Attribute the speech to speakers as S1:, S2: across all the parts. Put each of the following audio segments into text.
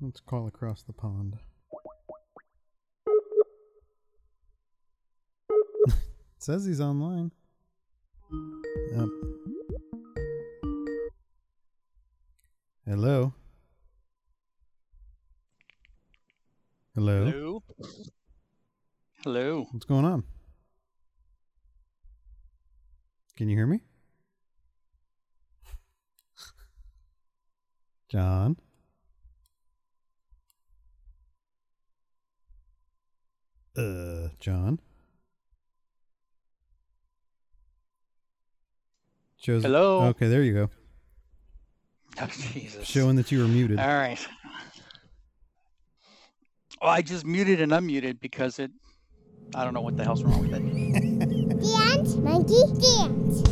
S1: Let's call across the pond. Says he's online. Yep. Hello. Hello.
S2: Hello. Hello.
S1: What's going on? Can you hear me? John? Uh, John? Shows
S2: Hello?
S1: Okay, there you go.
S2: Oh, Jesus.
S1: Showing that you were muted.
S2: All right. Well, I just muted and unmuted because it. I don't know what the hell's wrong with it.
S3: Dance, monkey, dance.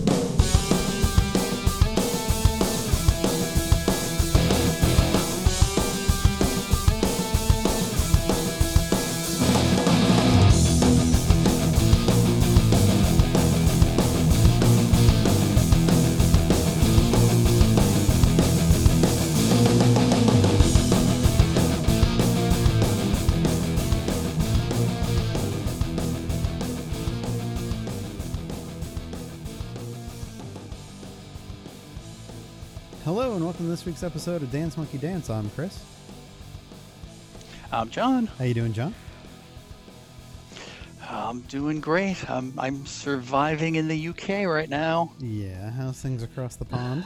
S1: Hello, and welcome to this week's episode of Dance Monkey Dance. I'm Chris.
S2: I'm Um, John.
S1: How you doing, John?
S2: I'm doing great. I'm, I'm surviving in the UK right now.
S1: Yeah, how's things across the pond?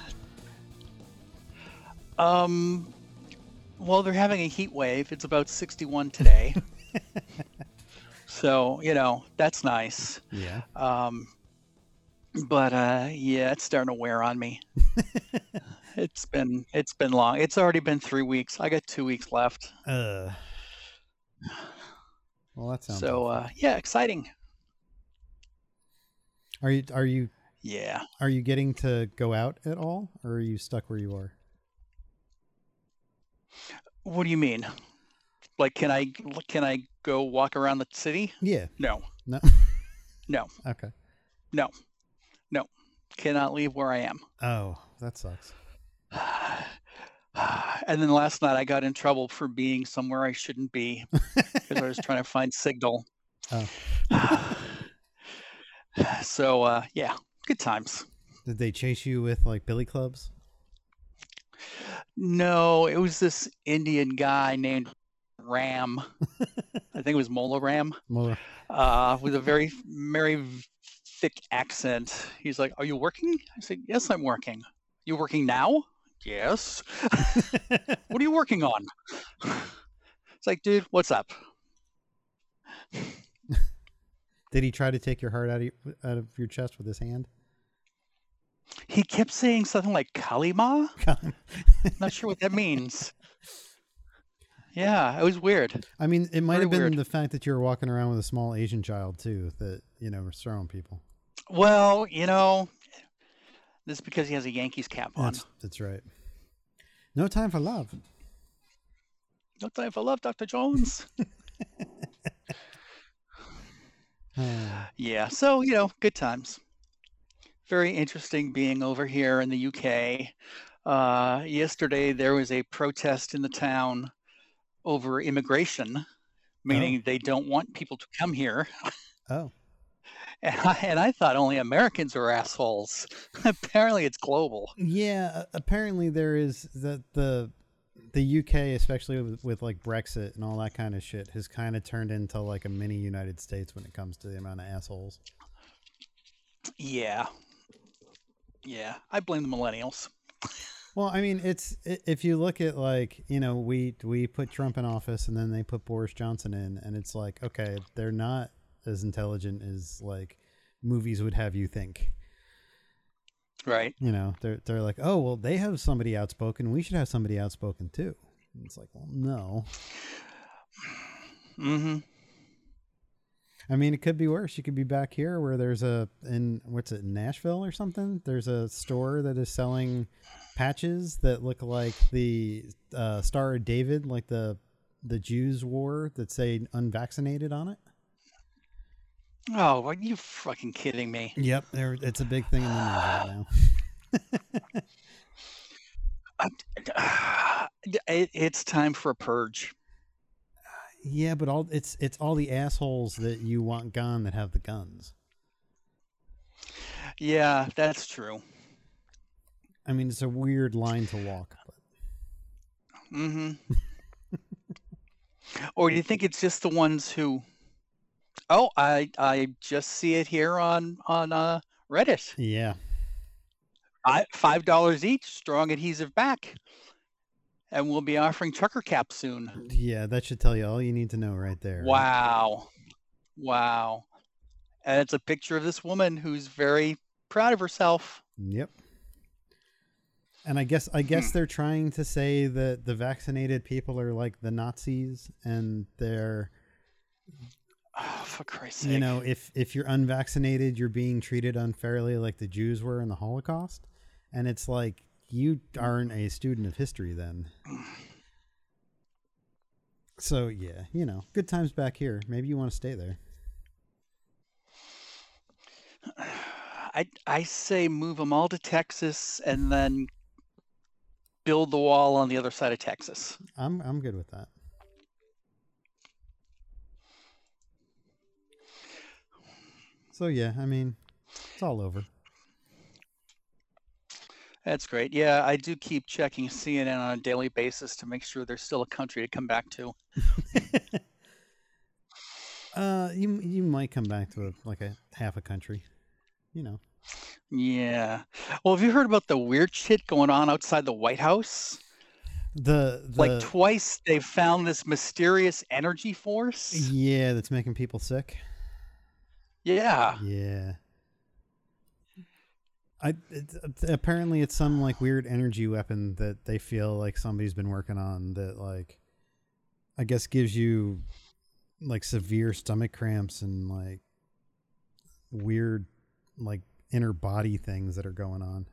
S2: Um, well, they're having a heat wave. It's about 61 today. so, you know, that's nice.
S1: Yeah.
S2: Um, but uh, yeah, it's starting to wear on me. it's been it's been long. It's already been three weeks. I got two weeks left.
S1: Uh. Well, that sounds.
S2: so uh, yeah, exciting.
S1: are you are you
S2: Yeah.
S1: are you getting to go out at all, or are you stuck where you are?
S2: What do you mean? Like, can I can I go walk around the city?
S1: Yeah.
S2: No,
S1: No.
S2: No.
S1: Okay.
S2: cannot leave where I am.
S1: Oh, that sucks.
S2: And then last night I got in trouble for being somewhere I shouldn't be because I was trying to find signal.
S1: Oh.
S2: so uh, yeah, good times.
S1: Did they chase you with like billy clubs?
S2: No, it was this Indian guy named Ram. I think it was Mola Ram,
S1: More.
S2: uh, with a very, very v- thick accent. He's like, Are you working? I said, Yes, I'm working. You working now? Yes. what are you working on? It's like, dude, what's up?
S1: Did he try to take your heart out of your, out of your chest with his hand?
S2: He kept saying something like Kalima.
S1: God.
S2: Not sure what that means. Yeah, it was weird.
S1: I mean, it might
S2: Very
S1: have been
S2: weird.
S1: the fact that you were walking around with a small Asian child too that you know was throwing people.
S2: Well, you know, this is because he has a Yankees cap on.
S1: That's, that's right. No time for love.
S2: No time for love, Dr. Jones.
S1: Uh,
S2: yeah, so, you know, good times. Very interesting being over here in the UK. Uh, yesterday, there was a protest in the town over immigration, meaning they don't want people to come here.
S1: oh.
S2: And I, and I thought only Americans were assholes. Apparently, it's global.
S1: Yeah, a- apparently there is that the the UK, especially with, with like Brexit and all that kind of shit, has kind of turned into like a mini United States when it comes to the amount of assholes.
S2: Yeah. Yeah. I blame the millennials.
S1: Well, I mean, it's i- if you look at like you know we we put Trump in office and then they put Boris Johnson in, and it's like okay, they're not as intelligent as like movies would have you think.
S2: Right.
S1: You know, they're they're like, oh well, they have somebody outspoken, we should have somebody outspoken too. And it's like, well, no.
S2: Mm-hmm.
S1: I mean, it could be worse. You could be back here where there's a in what's it Nashville or something. There's a store that is selling patches that look like the uh, Star of David, like the the Jews wore that say unvaccinated on it.
S2: Oh, are you fucking kidding me?
S1: Yep, there. It's a big thing in the news right now.
S2: I- it, it's time for a purge.
S1: Yeah, but all it's it's all the assholes that you want gone that have the guns.
S2: Yeah, that's true.
S1: I mean, it's a weird line to walk. But
S2: hmm or do you think it's just the ones who? Oh, I I just see it here on on uh, Reddit.
S1: yeah,
S2: I, Five dollars each, strong adhesive back, and we'll be offering trucker cap soon.
S1: yeah, that should tell you all you need to know right there. right?
S2: Wow. Wow. And it's a picture of this woman who's very proud of herself.
S1: Yep. And I guess I guess they're trying to say that the vaccinated people are like the Nazis, and they're
S2: Oh, for Christ's sake.
S1: you know if if you're unvaccinated, you're being treated unfairly, like the Jews were in the Holocaust. And it's like you aren't a student of history then. So yeah, you know, good times back here. Maybe you want to stay there.
S2: I, I say move them all to Texas and then build the wall on the other side of Texas.
S1: I'm I'm good with that. So yeah, I mean, it's all over.
S2: That's great. Yeah, I do keep checking CNN on a daily basis to make sure there's still a country to come back to.
S1: Uh, you you might come back to a, like a half a country, you know.
S2: Yeah. Well, have you heard about the weird shit going on outside the White House?
S1: The, the
S2: like twice they found this mysterious energy force.
S1: yeah, that's making people sick.
S2: Yeah.
S1: Yeah. I it, it- apparently it's some like weird energy weapon that they feel like somebody's been working on that like I guess gives you like severe stomach cramps and like weird like inner body things that are going on.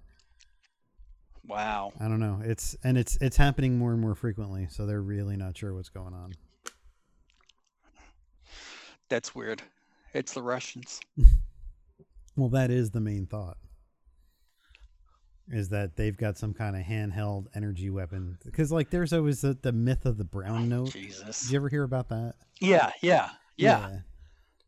S2: Wow.
S1: I don't know. It's and it's it's happening more and more frequently, so they're really not sure what's going on.
S2: That's weird. It's the Russians.
S1: Well, that is the main thought. Is that they've got some kind of handheld energy weapon? Because like, there's always the, the myth of the brown note. Did
S2: Jesus.
S1: you ever hear about that?
S2: Yeah, yeah, yeah.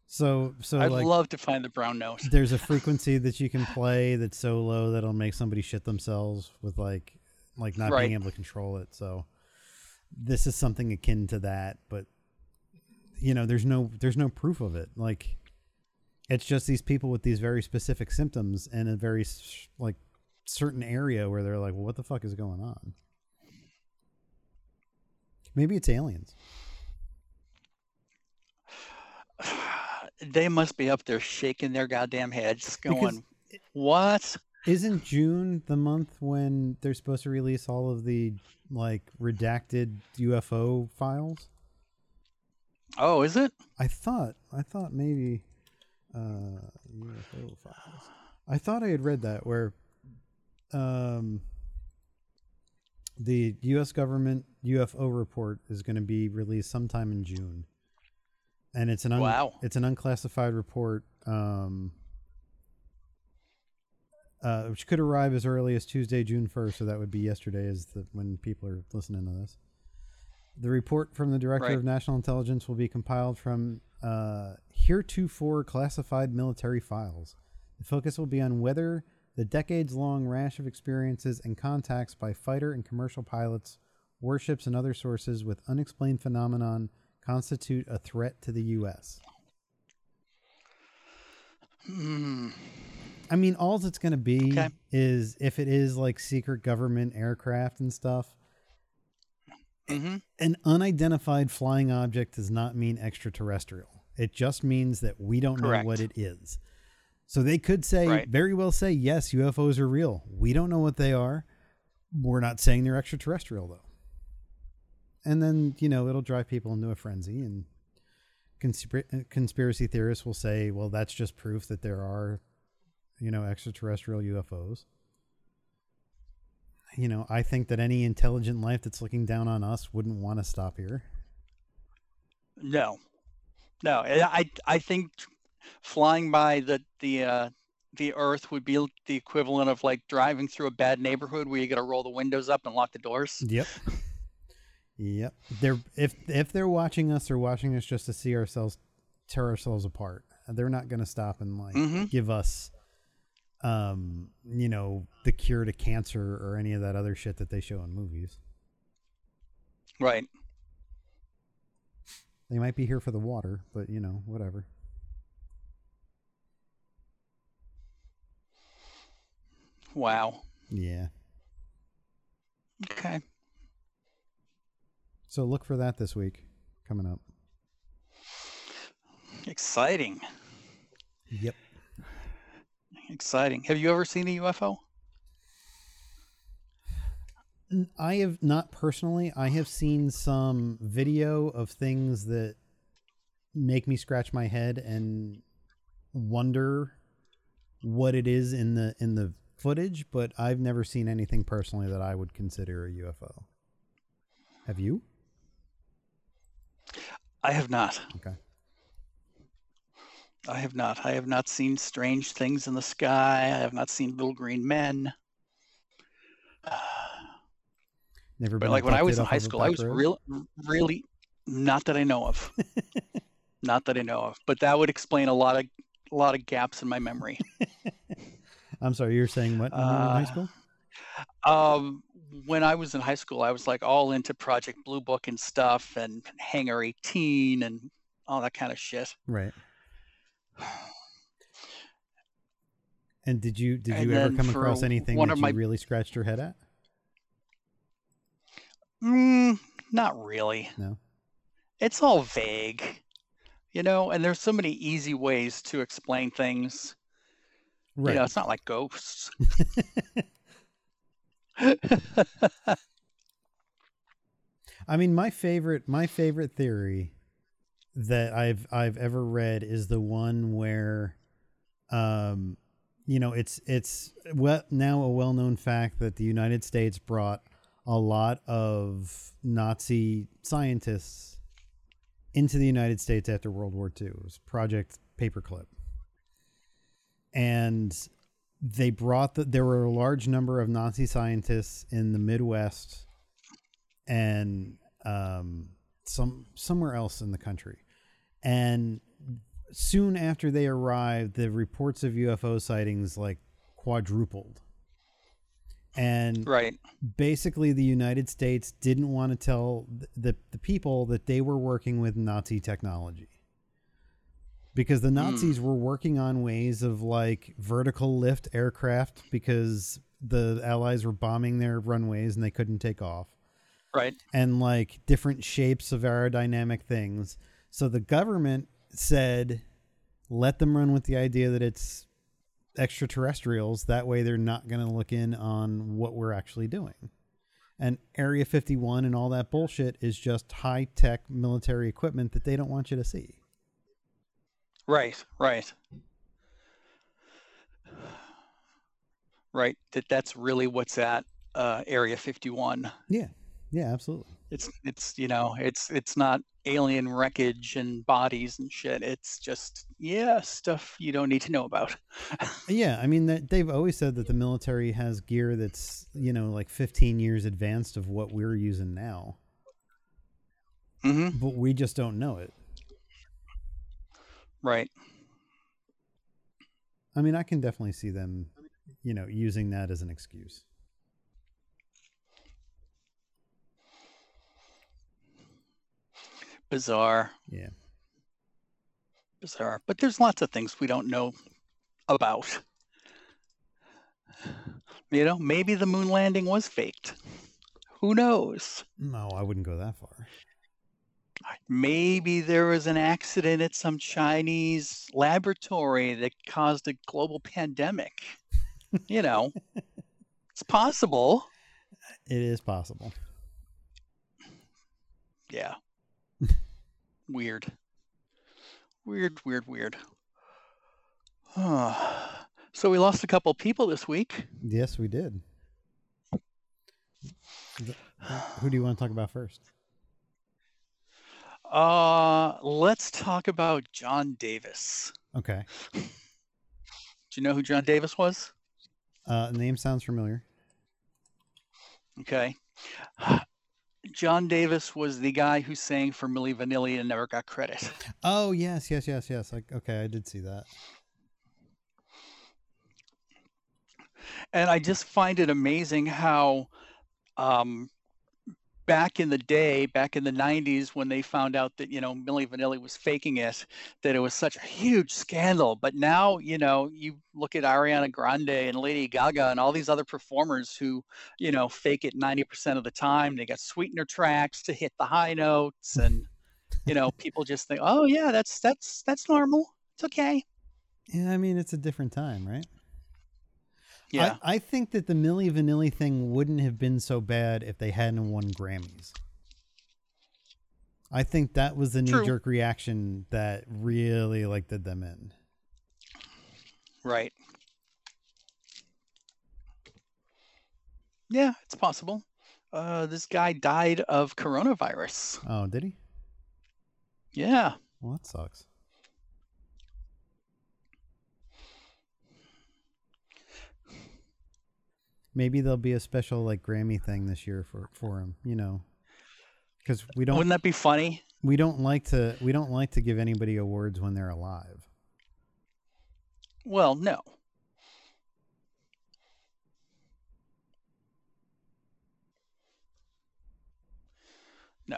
S1: So so
S2: I'd
S1: like,
S2: love to find the brown note.
S1: there's a frequency that you can play that's so low that'll make somebody shit themselves with like like not
S2: Right.
S1: being able to control it. So this is something akin to that, but you know, there's no there's no proof of it. Like it's just these people with these very specific symptoms in a very s- like certain area where they're like, "Well, what the fuck is going on?" Maybe it's aliens.
S2: They must be up there shaking their goddamn heads,
S1: Because-
S2: going, "What?
S1: Isn't June the month when they're supposed to release all of the like redacted UFO files?
S2: Oh, is it?
S1: I thought I thought maybe uh, UFO files. I thought I had read that where um, the U.S. government UFO report is going to be released sometime in June, and it's an un-
S2: Wow.
S1: it's an unclassified report. Um, uh, which could arrive as early as Tuesday, June 1st. So that would be yesterday, is the, when people are listening to this. The report from the Director
S2: Right.
S1: of National Intelligence will be compiled from uh, heretofore classified military files. The focus will be on whether the decades long rash of experiences and contacts by fighter and commercial pilots, warships, and other sources with unexplained phenomenon constitute a threat to the U.S.
S2: Hmm.
S1: I mean, all it's going to be
S2: Okay.
S1: is if it is like secret government aircraft and stuff,
S2: hmm
S1: an unidentified flying object does not mean extraterrestrial. It just means that we don't
S2: Correct.
S1: know what it is. So they could say
S2: Right.
S1: very well say yes, UFOs are real. We don't know what they are. We're not saying they're extraterrestrial though. And then you know it'll drive people into a frenzy, and conspira- conspiracy theorists will say, "Well, that's just proof that there are, you know, extraterrestrial UFOs." you know, I think that any intelligent life that's looking down on us wouldn't want to stop here.
S2: No, no. and I I think flying by the the uh, the Earth would be the equivalent of like driving through a bad neighborhood where you got to roll the windows up and lock the doors.
S1: Yep. Yep. They're if if they're watching us, they're watching us just to see ourselves tear ourselves apart. They're not going to stop and like
S2: Mhm.
S1: give us, um, you know, the cure to cancer or any of that other shit that they show in movies.
S2: Right.
S1: They might be here for the water, but you know, whatever.
S2: Wow.
S1: Yeah.
S2: Okay.
S1: So look for that this week coming up.
S2: Exciting.
S1: Yep.
S2: Exciting. Have you ever seen a UFO?
S1: N- I have not personally. I have seen some video of things that make me scratch my head and wonder what it is in the in the footage, but I've never seen anything personally that I would consider a UFO. Have you?
S2: I have not.
S1: Okay.
S2: I have not. I have not seen strange things in the sky. I have not seen little green men.
S1: Never
S2: But
S1: been
S2: like when I was
S1: abducted
S2: in
S1: off
S2: high
S1: of a
S2: school, I
S1: back
S2: was
S1: road?
S2: real, really not that I know of. not that I know of. But that would explain a lot of a lot of gaps in my memory.
S1: I'm sorry, you're saying what when you were in high
S2: Uh,
S1: school?
S2: Um, when I was in high school, I was like all into Project Blue Book and stuff, and Hangar 18 and all that kind of shit.
S1: Right. And did you did
S2: And
S1: you ever
S2: then
S1: come
S2: for
S1: across anything
S2: one
S1: that
S2: of
S1: you
S2: my-
S1: really scratched your head at?
S2: Mm, not really.
S1: No.
S2: It's all vague, you know, and there's so many easy ways to explain things.
S1: Right. Mm.
S2: You know, it's not like ghosts.
S1: I mean, my favorite my favorite theory that I've I've ever read is the one where, um, you know, it's it's well now a well known fact that the United States brought a lot of Nazi scientists into the United States after World War II. It was Project Paperclip, and they brought the, there were a large number of Nazi scientists in the Midwest and um, some somewhere else in the country. And soon after they arrived, the reports of UFO sightings like quadrupled. And
S2: Right.
S1: basically, the United States didn't want to tell th- the, the people that they were working with Nazi technology. Because the Nazis were working on ways of like vertical lift aircraft because the Allies were bombing their runways and they couldn't take off
S2: Right.
S1: and like different shapes of aerodynamic things. So the government said, let them run with the idea that it's extraterrestrials. That way they're not going to look in on what we're actually doing. And Area 51 and all that bullshit is just high tech military equipment that they don't want you to see.
S2: Right. Right. Right. That that's really what's at uh, Area 51.
S1: Yeah. Yeah, absolutely.
S2: It's it's you know it's it's not alien wreckage and bodies and shit. It's just yeah stuff you don't need to know about.
S1: Yeah, I mean that they've always said that the military has gear that's, you know, like 15 years advanced of what we're using now,
S2: hmm
S1: but we just don't know it.
S2: Right.
S1: I mean, I can definitely see them, you know, using that as an excuse.
S2: Bizarre.
S1: Yeah.
S2: bizarre. But there's lots of things we don't know about. You know, maybe the moon landing was faked. Who knows?
S1: No, I wouldn't go that far.
S2: Maybe there was an accident at some Chinese laboratory that caused a global pandemic. You know, it's possible.
S1: It is possible.
S2: Yeah. Weird. Weird, weird, weird. so we lost a couple people this week.
S1: Yes, we did. Who do you want to talk about first?
S2: Uh, let's talk about John Davis.
S1: Okay.
S2: Do you know who John Davis was?
S1: Uh, name sounds familiar.
S2: Okay. John Davis was the guy who sang for Millie Vanilli and never got credit.
S1: Oh yes, yes, yes, yes. Like okay, I did see that.
S2: And I just find it amazing how um, back in the day, back in the 90s, when they found out that, you know, Millie Vanilli was faking it, that it was such a huge scandal. But now, you know, you look at Ariana Grande and Lady Gaga and all these other performers who, you know, fake it 90% of the time. They got sweetener tracks to hit the high notes. And, you know, people just think, oh, yeah, that's, that's, that's normal. It's okay.
S1: Yeah, I mean it's a different time, right?
S2: Yeah.
S1: I, I think that the Millie Vanilli thing wouldn't have been so bad if they hadn't won Grammys. I think that was the
S2: True.
S1: knee jerk reaction that really like did them in.
S2: right. Yeah, it's possible. Uh, this guy died of coronavirus.
S1: Oh, did he?
S2: Yeah.
S1: Well, that sucks. Maybe there'll be a special like Grammy thing this year for for him, you know, because we don't
S2: Wouldn't that be funny?
S1: we don't like to we don't like to give anybody awards when they're alive.
S2: Well, no. No.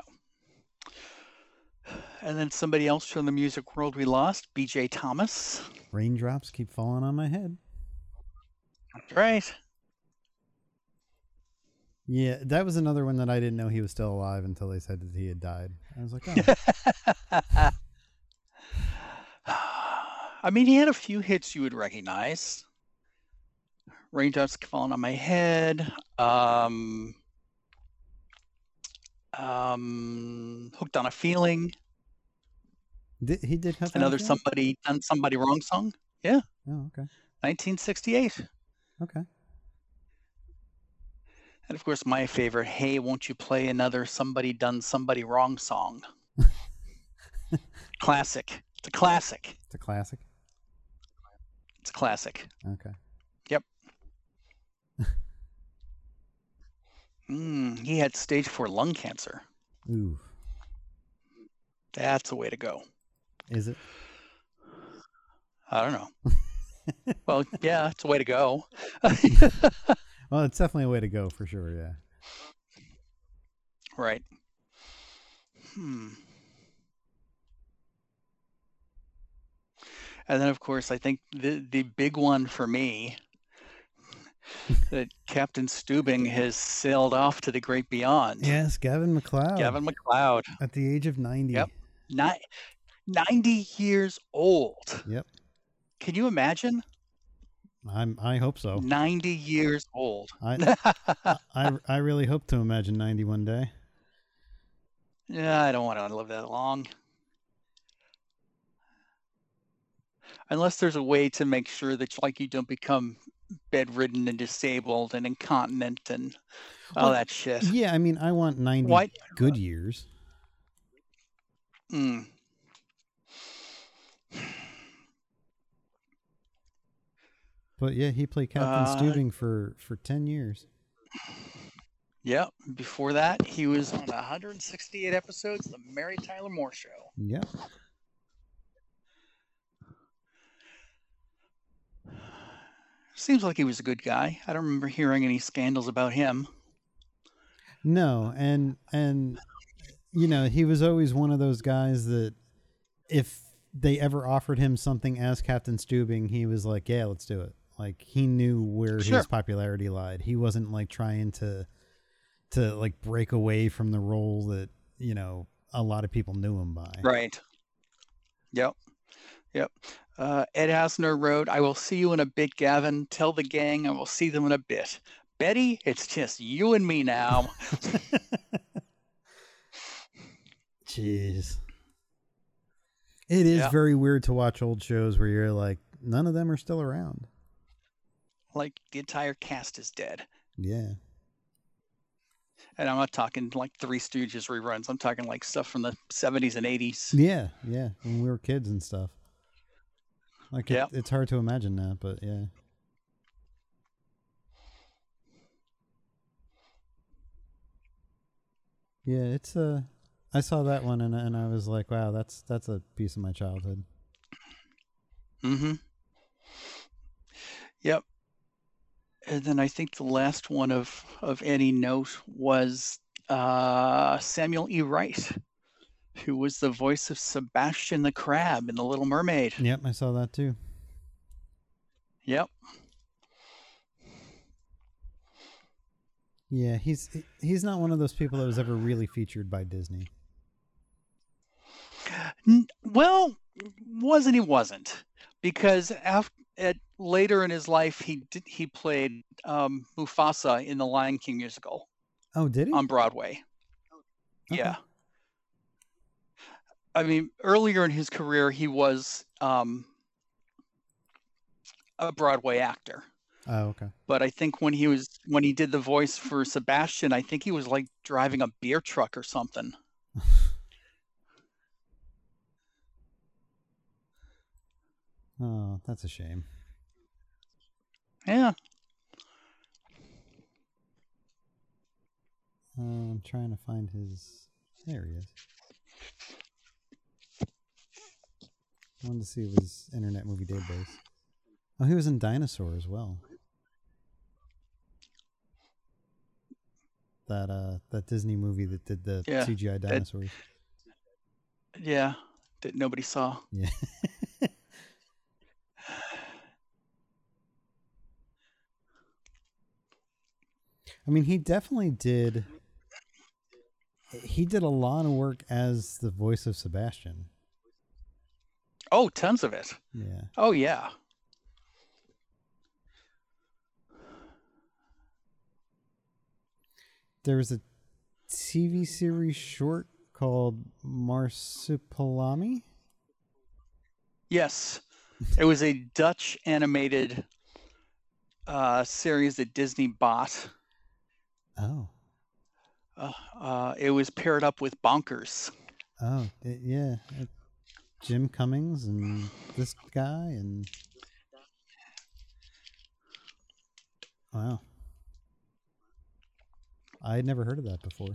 S2: And then somebody else from the music world we lost, BJ Thomas.
S1: Raindrops keep falling on my head.
S2: That's right.
S1: Yeah, that was another one that I didn't know he was still alive until they said that he had died. I was like, oh,
S2: I mean, he had a few hits you would recognize. Raindrops Keep falling on my head. Um, um, hooked on a feeling.
S1: did, he did have
S2: Another somebody done somebody wrong song.
S1: Oh, okay,
S2: 1968.
S1: okay.
S2: And of course, my favorite, Hey, Won't You Play Another Somebody Done Somebody Wrong song. classic. It's a classic.
S1: It's a classic.
S2: It's a classic.
S1: Okay.
S2: Mm, he had stage four lung cancer.
S1: Ooh,
S2: That's a way to go.
S1: is it?
S2: I don't know. well, yeah, it's a way to go.
S1: Well, it's definitely a way to go for sure. Yeah.
S2: right. Hmm. And then, of course, I think the the big one for me that Captain Stubing has sailed off to the great beyond.
S1: Yes, Gavin McLeod
S2: Gavin McLeod,
S1: at the age of ninety.
S2: Yep. ni- 90 years old.
S1: Yep.
S2: Can you imagine?
S1: I'm. I hope so.
S2: 90 years old.
S1: I, I. I really hope to imagine ninety one day.
S2: Yeah, I don't want to live that long. Unless there's a way to make sure that like you don't become bedridden and disabled and incontinent and all
S1: Well,
S2: that shit.
S1: Yeah, I mean, I want ninety
S2: Why?
S1: good years.
S2: Mm.
S1: But yeah, he played Captain
S2: Uh,
S1: Stubing for for ten years.
S2: Yep. Before that, he was on 168 episodes of the Mary Tyler Moore Show.
S1: Yep.
S2: Seems like he was a good guy. I don't remember hearing any scandals about him.
S1: No, and and you know, he was always one of those guys that if they ever offered him something as Captain Stubing, he was like, "Yeah, let's do it." Like he knew where
S2: Sure.
S1: his popularity lied. He wasn't like trying to to like break away from the role that, you know, a lot of people knew him by.
S2: Right. Yep. Yep. Uh, Ed Asner wrote, I will see you in a bit, Gavin. Tell the gang I will see them in a bit. Betty, it's just you and me now.
S1: Jeez. It is
S2: Yeah.
S1: very weird to watch old shows where you're like, none of them are still around.
S2: like the entire cast is dead.
S1: Yeah.
S2: And I'm not talking like Three Stooges reruns. I'm talking like stuff from the 70s and 80s.
S1: Yeah, yeah. When we were kids and stuff. Like it-
S2: Yep.
S1: it's hard to imagine that, but yeah. Yeah, it's a. I saw that one and and I was like, wow, that's that's a piece of my childhood.
S2: Mm-hmm. Yep. And then I think the last one of of any note was uh, Samuel E. Wright, who was the voice of Sebastian the Crab in The Little Mermaid.
S1: Yep, I saw that too.
S2: Yep.
S1: Yeah, he's he's not one of those people that was ever really featured by Disney.
S2: N- Well, wasn't he wasn't because after at, later in his life he did he played um, Mufasa in the Lion King musical
S1: Oh, did he?
S2: on Broadway.
S1: Okay.
S2: Um, Yeah. I mean, earlier in his career, he was um, a Broadway actor,
S1: oh, okay.
S2: but I think when he was when he did the voice for Sebastian, I think he was like driving a beer truck or something.
S1: Oh, that's a shame.
S2: Yeah.
S1: Uh, I'm trying to find his. There he is. I wanted to see his Internet Movie Database. Oh, he was in Dinosaur as well. That uh, that Disney movie that did the
S2: Yeah,
S1: CGI dinosaurs.
S2: Yeah, that nobody saw.
S1: Yeah. I mean, he definitely did. He did a lot of work as the voice of Sebastian.
S2: Oh, tons of it.
S1: Yeah.
S2: Oh yeah.
S1: There was a TV series short called Marsupilami.
S2: Yes. It was a Dutch animated uh, series that Disney bought.
S1: Oh.
S2: Uh, uh, it was paired up with Bonkers.
S1: Oh, it- yeah. It- Jim Cummings and this guy and Wow. I had never heard of that before.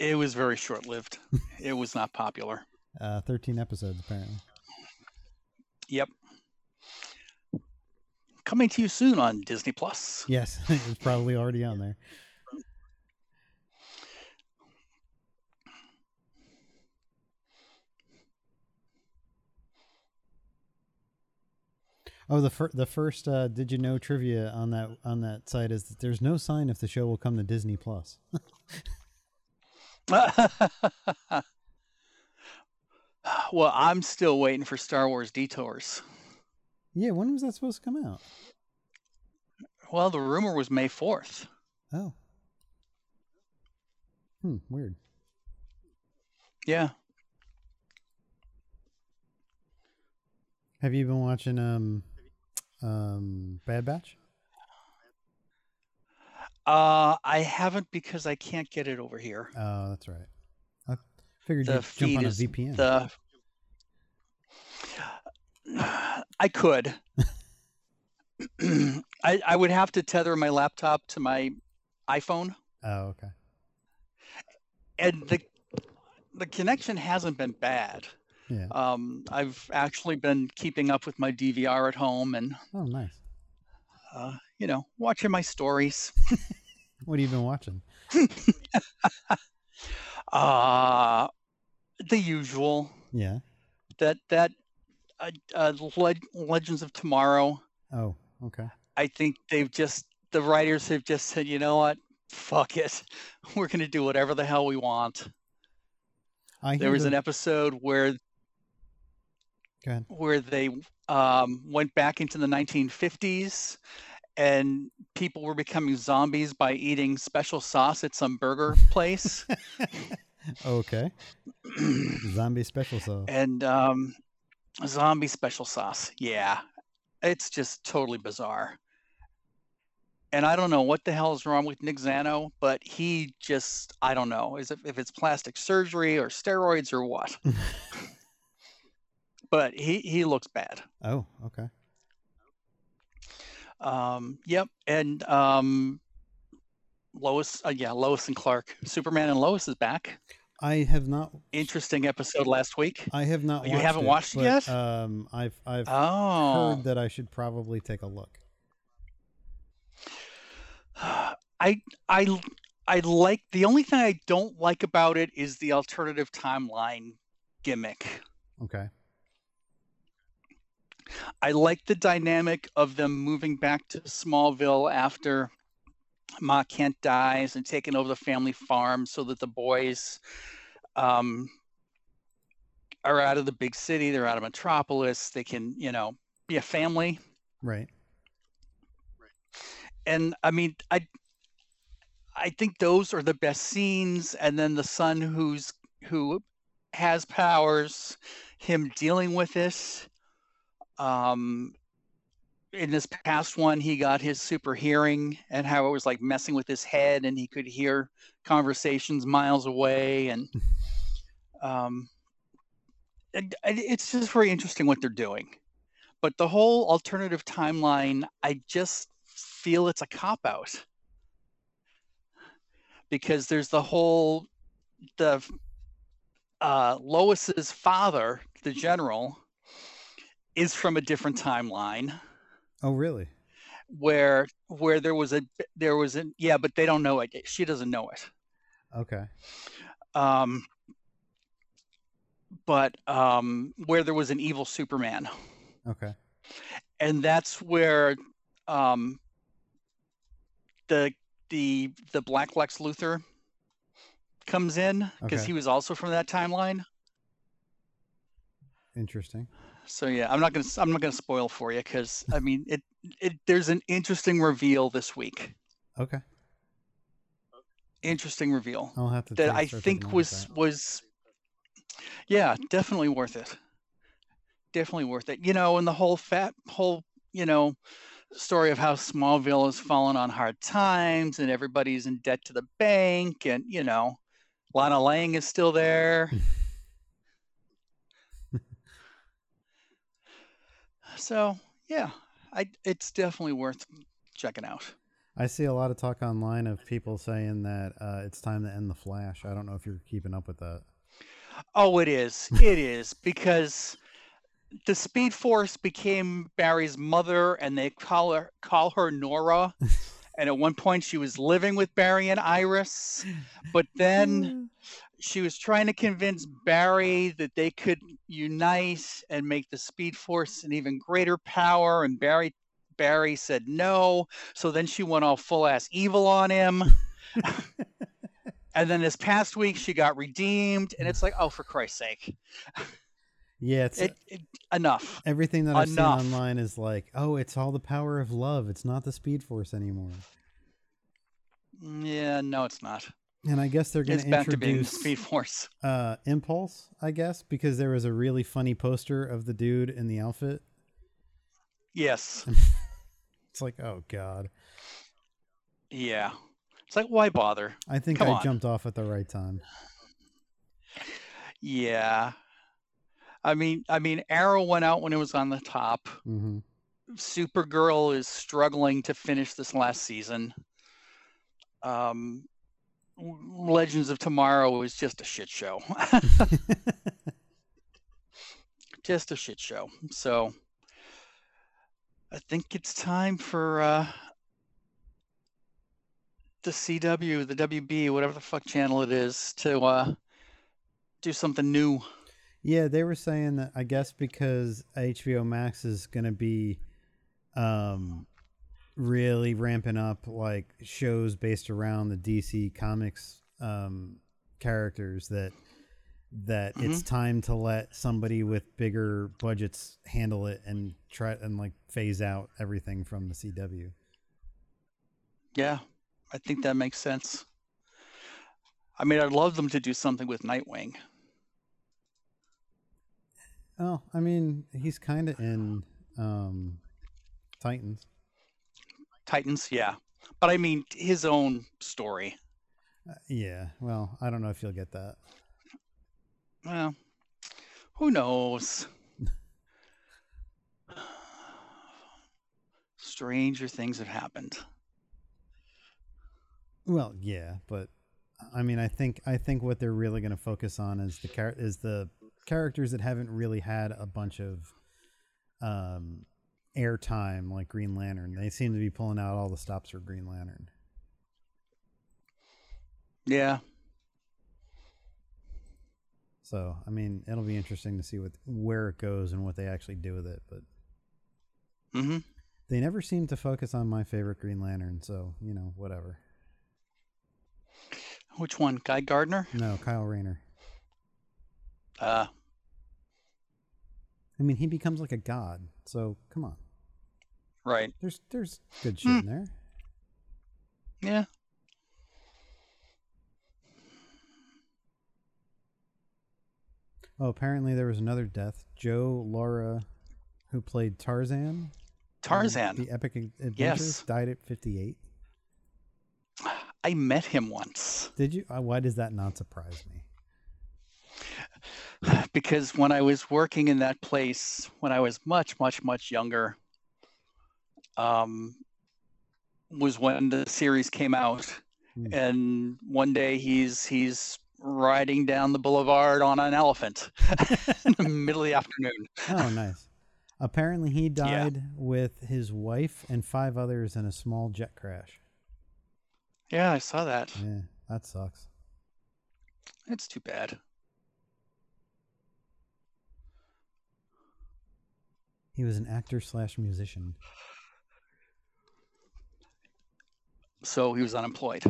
S2: It was very short lived. it was not popular.
S1: Uh, 13 episodes apparently.
S2: Yep. Coming to you soon on Disney Plus.
S1: Yes, it's probably already on there. Oh, the fir- the first uh, did you know trivia on that on that site is that there's no sign if the show will come to Disney Plus.
S2: well, I'm still waiting for Star Wars Detours.
S1: yeah, when was that supposed to come out?
S2: Well, the rumor was May 4th.
S1: Oh, hmm, weird.
S2: Yeah.
S1: Have you been watching um um Bad Batch?
S2: Uh, I haven't because I can't get it over here.
S1: Oh, that's right. I figured
S2: The
S1: you'd
S2: feed
S1: jump on a
S2: is
S1: VPN.
S2: The I could. I, I would have to tether my laptop to my iPhone,
S1: oh, okay.
S2: and the the connection hasn't been bad.
S1: Yeah.
S2: Um, I've actually been keeping up with my DVR at home, and
S1: Oh, nice.
S2: uh, you know, watching my stories.
S1: What have you been watching?
S2: Uh, the usual
S1: Yeah.
S2: that that uh, uh, Leg- Legends of Tomorrow.
S1: Oh, okay.
S2: I think they've just the writers have just said, you know what, fuck it, we're gonna do whatever the hell we want.
S1: I
S2: There
S1: hear
S2: was
S1: the-
S2: an episode where
S1: Go ahead.
S2: where they um, went back into the 1950s and people were becoming zombies by eating special sauce at some burger place.
S1: Oh, Okay. Zombie special sauce.
S2: and um, zombie special sauce. Yeah, it's just totally bizarre. And I don't know what the hell is wrong with Nick Zano, but he just I don't know is if, if it's plastic surgery or steroids or what. but he he looks bad.
S1: Oh, okay.
S2: Um, yep, and um, Lois, uh, yeah, Lois and Clark. Superman and Lois is back.
S1: I have not.
S2: Interesting episode last week.
S1: I have not.
S2: You
S1: watched
S2: haven't
S1: it,
S2: watched it
S1: but,
S2: yet?
S1: Um, I've I've
S2: Oh,
S1: heard that I should probably take a look.
S2: I I I like the only thing I don't like about it is the alternative timeline gimmick.
S1: Okay.
S2: I like the dynamic of them moving back to Smallville after Ma Kent dies and taking over the family farm so that the boys um, are out of the big city, they're out of Metropolis, they can, you know, be a family.
S1: Right.
S2: and I mean, I I think those are the best scenes. And then the son who's who has powers, him dealing with this. Um, in this past one, he got his super hearing and how it was like messing with his head, and he could hear conversations miles away. And um, and- and it's just very interesting what they're doing but the whole alternative timeline, I just feel it's a cop out because there's the whole the uh, Lois's father, the general, is from a different timeline
S1: Oh, really?
S2: where where there was a there was an yeah, but they don't know it. She doesn't know it.
S1: Okay.
S2: Um, but um, where there was an evil Superman.
S1: Okay.
S2: and that's where um the the the black lex luthor comes in because
S1: Okay.
S2: he was also from that timeline
S1: Interesting.
S2: so yeah i'm not gonna s- i'm not gonna spoil for you because i mean it, it there's an interesting reveal this week
S1: Okay. interesting
S2: interesting reveal
S1: I'll have to.
S2: that
S1: take-
S2: i
S1: start taking a
S2: think
S1: look at
S2: was
S1: that.
S2: was yeah definitely worth it definitely worth it you know and the whole fat whole you know story of how smallville has fallen on hard times and everybody's in debt to the bank and you know lana lang is still there so yeah I, it's definitely worth checking out
S1: I see a lot of talk online of people saying that uh, it's time to end the Flash. I don't know if you're keeping up with that.
S2: Oh, it is. It is because the Speed Force became Barry's mother, and they call her call her Nora. and at one point, she was living with Barry and Iris, but then she was trying to convince Barry that they could unite and make the Speed Force an even greater power, and Barry Barry said no. So then she went all full ass evil on him. and then this past week she got redeemed, and it's like, oh, for Christ's sake,
S1: yeah, it's
S2: it, it, enough.
S1: everything that I've
S2: enough.
S1: seen online is like, oh, it's all the power of love. It's not the Speed Force anymore.
S2: Yeah, no, it's not.
S1: And I guess they're going
S2: It's
S1: to
S2: back to being the
S1: introduce
S2: Speed Force.
S1: uh, Impulse, I guess, because there was a really funny poster of the dude in the outfit.
S2: Yes.
S1: It's like, oh god,
S2: Yeah. It's like, why bother?
S1: I think
S2: Come
S1: I
S2: on.
S1: jumped off at the right time.
S2: Yeah. I mean, I mean, Arrow went out when it was on the top.
S1: hmm
S2: Supergirl is struggling to finish this last season. Um, w- Legends of Tomorrow is just a shit show. just a shit show. So I think it's time for uh, the CW, the WB, whatever the fuck channel it is, to uh, do something new.
S1: Yeah, they were saying that I guess because HBO Max is going to be um really ramping up like shows based around the DC comics um characters that that it's time to let somebody with bigger budgets handle it and try and like phase out everything from the CW.
S2: Yeah, I think that makes sense. I mean, I'd love them to do something with Nightwing.
S1: Oh, I mean, he's kind of in um Titans.
S2: Titans, yeah. But I mean his own story.
S1: Uh, yeah. Well, I don't know if you'll get that.
S2: Well, who knows? Stranger things have happened.
S1: Well, yeah, but I mean, I think I think what they're really going to focus on is the char- is the characters that haven't really had a bunch of um airtime like Green Lantern. They seem to be pulling out all the stops for Green Lantern.
S2: Yeah.
S1: So, I mean, it'll be interesting to see what where it goes and what they actually do with it, but
S2: Mm-hmm.
S1: they never seem to focus on my favorite Green Lantern, so, you know, whatever.
S2: Which one? Guy Gardner?
S1: No, Kyle Rayner.
S2: Uh,
S1: I mean, he becomes like a god. So, come on.
S2: right.
S1: There's there's good shit in there.
S2: Yeah.
S1: Oh, apparently there was another death. Joe Laura, who played Tarzan.
S2: Tarzan.
S1: The Epic Ad- Adventures
S2: Yes.
S1: died at 58.
S2: I met him once
S1: Did you? Uh, why does that not surprise me?
S2: because when I was working in that place, when I was much, much, much younger, um, was when the series came out.
S1: Hmm.
S2: And one day he's he's riding down the boulevard on an elephant in the middle of the afternoon.
S1: Oh, nice. Apparently he
S2: Yeah.
S1: died with his wife and five others in a small jet crash.
S2: Yeah, I saw that.
S1: Yeah, that sucks.
S2: That's too bad.
S1: He was an actor slash musician.
S2: So he was unemployed.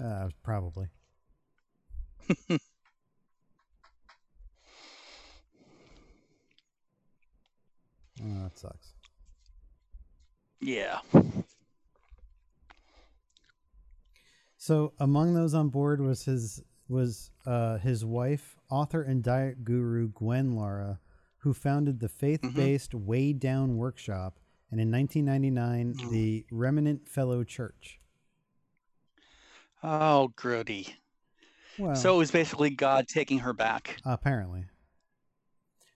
S1: Uh, probably. oh, that sucks.
S2: Yeah.
S1: So among those on board was his was uh, his wife, author and diet guru Gwen Lara, who founded
S2: Mm-hmm.
S1: the faith-based Way Down Workshop, and in 1999
S2: Mm.
S1: the Remnant Fellow Church.
S2: Oh, Grody.
S1: Well,
S2: So it was basically God taking her back.
S1: apparently,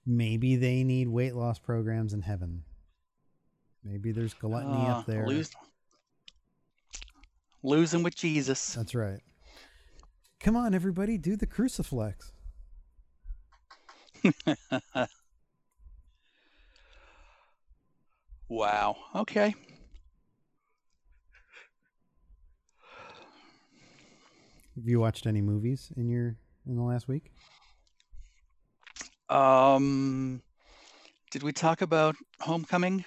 S1: maybe they need weight loss programs in heaven. Maybe there's gluttony up
S2: Uh,
S1: there.
S2: lose- losing with Jesus.
S1: That's right. Come on, everybody, do the cruciflex.
S2: Wow. Okay.
S1: Have you watched any movies in your in the last week?
S2: Um, did we talk about Homecoming?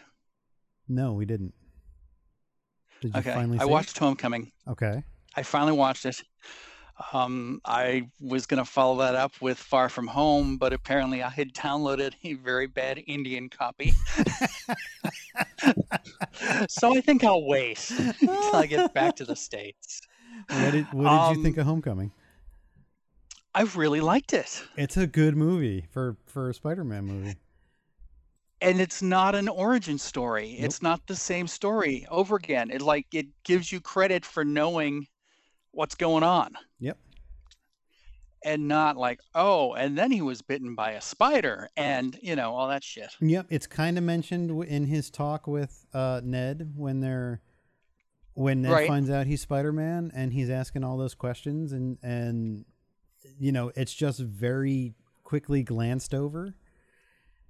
S1: No, we didn't. Did you
S2: Okay.
S1: finally?
S2: I
S1: see it?
S2: watched Homecoming.
S1: Okay.
S2: I finally watched it. Um, I was going to follow that up with Far From Home, but apparently I had downloaded a very bad Indian copy. so I think I'll wait until I get back to the States.
S1: What did What did you think
S2: Um,
S1: of Homecoming?
S2: I really liked it.
S1: It's a good movie for for a Spider-Man movie.
S2: and it's not an origin story
S1: Nope.
S2: it's not the same story over again it like it gives you credit for knowing what's going on
S1: Yep.
S2: and not like oh and then he was bitten by a spider and you know all that shit
S1: Yep. It's kind of mentioned w- in his talk with uh, Ned when they're when Ned
S2: Right.
S1: finds out he's Spider-Man and he's asking all those questions and and you know it's just very quickly glanced over.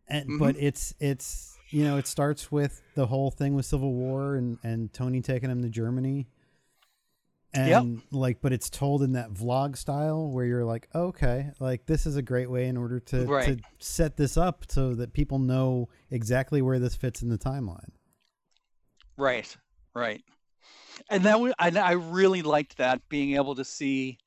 S1: And
S2: Mm-hmm.
S1: but it's it's you know it starts with the whole thing with Civil War and and Tony taking him to Germany.
S2: Yep.
S1: and like but it's told in that vlog style where you're like okay like this is a great way in order to,
S2: Right.
S1: to set this up so that people know exactly where this fits in the timeline
S2: right right and that was, and i really liked that being able to see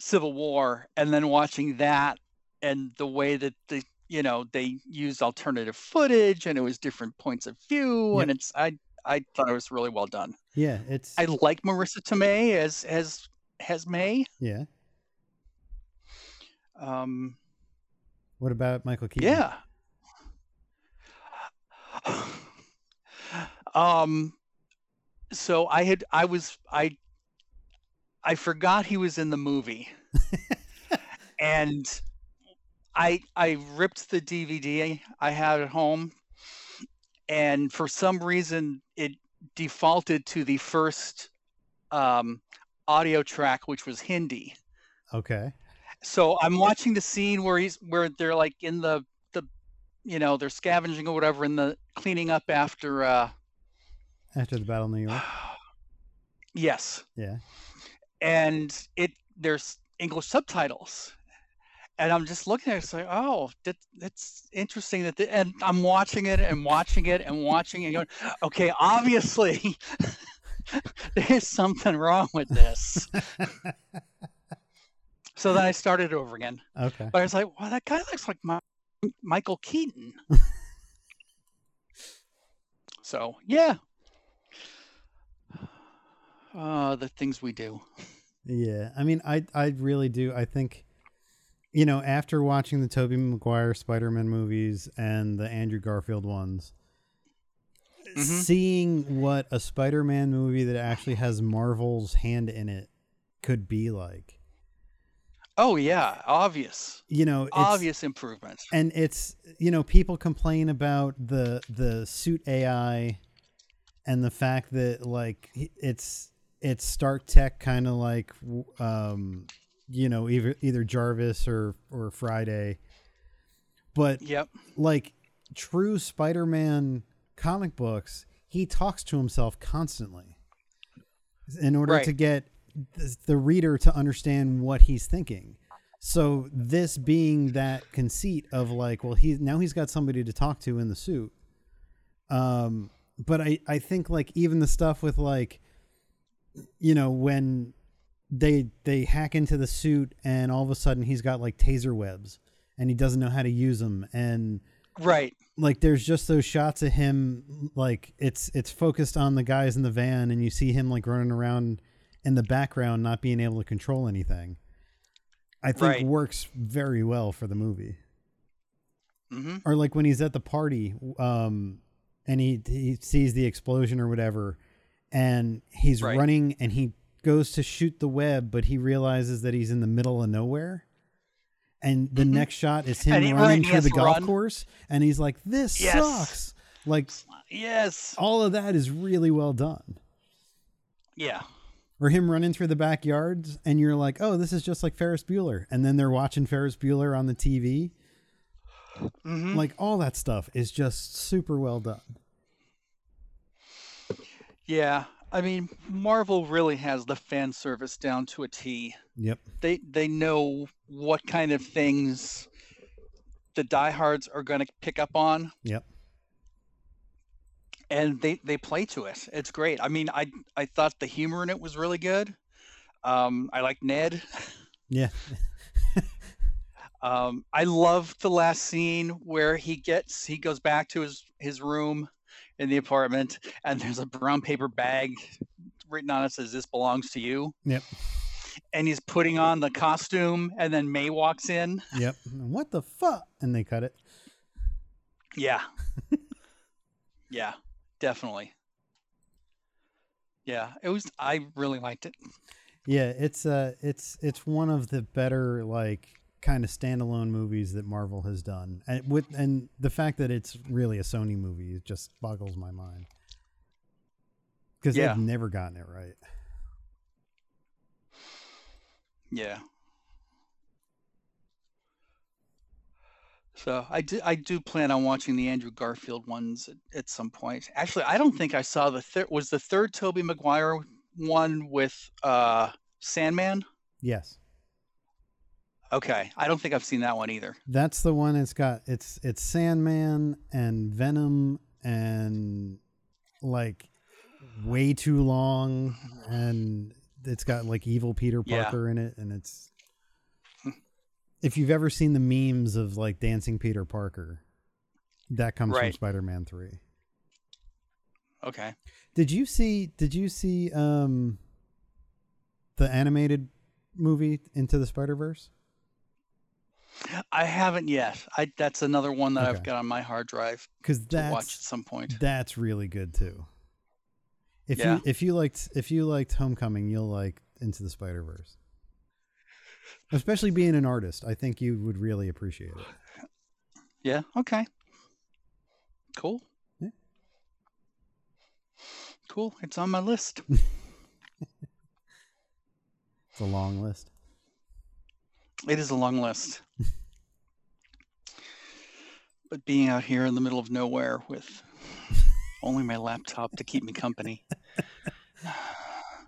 S2: civil war and then watching that and the way that the you know they used alternative footage and it was different points of view
S1: Yep.
S2: and it's i i thought it was really well done
S1: yeah it's
S2: I like Marissa Tomei as as as May.
S1: yeah
S2: Um,
S1: what about michael keaton
S2: yeah. um, so I had I was I I forgot he was in the movie, and I I ripped the DVD I had at home, and for some reason it defaulted to the first um, audio track, which was Hindi.
S1: Okay.
S2: So I'm watching the scene where he's where they're like in the the you know they're scavenging or whatever in the cleaning up after uh
S1: After the Battle of New York.
S2: yes
S1: Yeah.
S2: and it there's English subtitles and I'm just looking at it it's like oh that that's interesting that the, and I'm watching it and watching it and watching it and going okay obviously there's something wrong with this so then I started over again
S1: Okay.
S2: but I was like, "Wow, that guy looks like my, Michael Keaton." so yeah, uh, the things we do.
S1: Yeah, I mean, I I really do. I think, you know, after watching the Tobey Maguire Spider-Man movies and the Andrew Garfield ones,
S2: Mhm.
S1: seeing what a Spider-Man movie that actually has Marvel's hand in it could be like,
S2: Oh yeah, obvious,
S1: you know, it's,
S2: obvious improvements.
S1: and it's you know people complain about the the suit AI and the fact that like it's it's Stark Tech kind of like w- um you know either either Jarvis or or Friday but
S2: Yep.
S1: like true Spider-Man comic books he talks to himself constantly in order
S2: Right.
S1: to get th- the reader to understand what he's thinking. So this being that conceit of like, well, he now he's got somebody to talk to in the suit. Um, but I I think like even the stuff with like, you know, when they they hack into the suit and all of a sudden he's got like taser webs and he doesn't know how to use them and
S2: Right.
S1: like there's just those shots of him like it's it's focused on the guys in the van and you see him like running around in the background not being able to control anything i think
S2: Right.
S1: works very well for the movie
S2: hmm
S1: or like when he's at the party um and he he sees the explosion or whatever and he's
S2: Right.
S1: running and he goes to shoot the web but he realizes that he's in the middle of nowhere and the next shot is him
S2: Mm-hmm. And he- right,
S1: running
S2: he
S1: through
S2: has
S1: the
S2: to
S1: golf
S2: run.
S1: course and he's like this
S2: Yes.
S1: sucks like
S2: Yes.
S1: all of that is really well done.
S2: Yeah.
S1: Or him running through the backyards, and you're like, oh, this is just like Ferris Bueller. And then they're watching Ferris Bueller on the TV.
S2: hmm
S1: Like, all that stuff is just super well done.
S2: yeah. I mean, Marvel really has the fan service down to a T.
S1: Yep.
S2: They they know what kind of things the diehards are going to pick up on.
S1: Yep.
S2: and they they play to it. It's great. I mean, I I thought the humor in it was really good. Um, I like Ned.
S1: Yeah.
S2: Um, I loved the last scene where he gets he goes back to his his room in the apartment, and there's a brown paper bag written on it says "This belongs to you."
S1: Yep.
S2: And he's putting on the costume, and then May walks in.
S1: Yep. what the fuck? And they cut it.
S2: Yeah. yeah, definitely. Yeah, it was. I really liked it.
S1: Yeah, it's uh it's it's one of the better like kind of standalone movies that Marvel has done. And with and the fact that it's really a Sony movie it just boggles my mind. Cuz
S2: Yeah.
S1: they've never gotten it right.
S2: Yeah. So I do I do plan on watching the Andrew Garfield ones at, at some point. Actually, I don't think I saw the third was the third Toby Maguire one with uh Sandman.
S1: Yes.
S2: Okay, I don't think I've seen that one either.
S1: That's the one it's got it's it's Sandman and Venom and like way too long and it's got like evil Peter
S2: Yeah.
S1: Parker in it and it's if you've ever seen the memes of like dancing Peter Parker, that comes from
S2: Right.
S1: Spider Man three.
S2: Okay.
S1: Did you see did you see um the animated movie Into the Spider Verse?
S2: I haven't yet. I that's another one that I've
S1: Okay.
S2: got on my hard drive
S1: Because
S2: to
S1: that's
S2: watch at some point.
S1: That's really good too. If
S2: Yeah.
S1: you if you liked if you liked Homecoming, you'll like Into the Spider Verse. Especially being an artist, I think you would really appreciate it.
S2: Yeah, okay. Cool.
S1: Yeah.
S2: Cool. It's on my list.
S1: It's a long list.
S2: It is a long list. but being out here in the middle of nowhere with only my laptop to keep me company,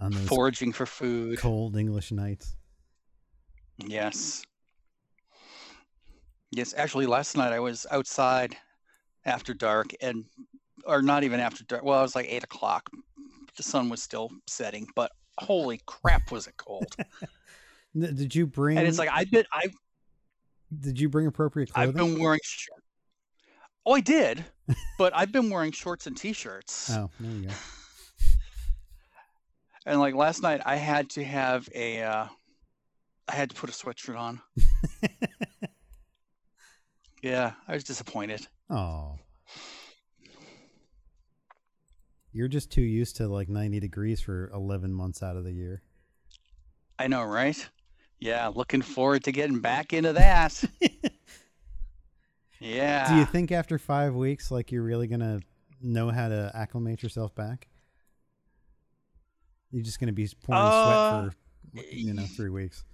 S1: On those
S2: foraging for food.
S1: cold English nights.
S2: Yes. Yes, actually, last night I was outside after dark and, or not even after dark. Well, it was like eight o'clock. The sun was still setting, but holy crap, was it cold!
S1: N- Did you bring?
S2: and it's like I've been, I,
S1: did you bring appropriate clothing?
S2: I've been wearing. Short- oh, I did, but I've been wearing shorts and t-shirts.
S1: oh, there you go.
S2: And like last night, I had to have a, uh, I had to put a sweatshirt on. yeah, I was disappointed.
S1: Oh. You're just too used to like 90 degrees for 11 months out of the year.
S2: I know, right? Yeah, looking forward to getting back into that. yeah.
S1: Do you think after five weeks, like you're really gonna know how to acclimate yourself back? You're just gonna be pouring
S2: Uh,
S1: sweat for you know three weeks.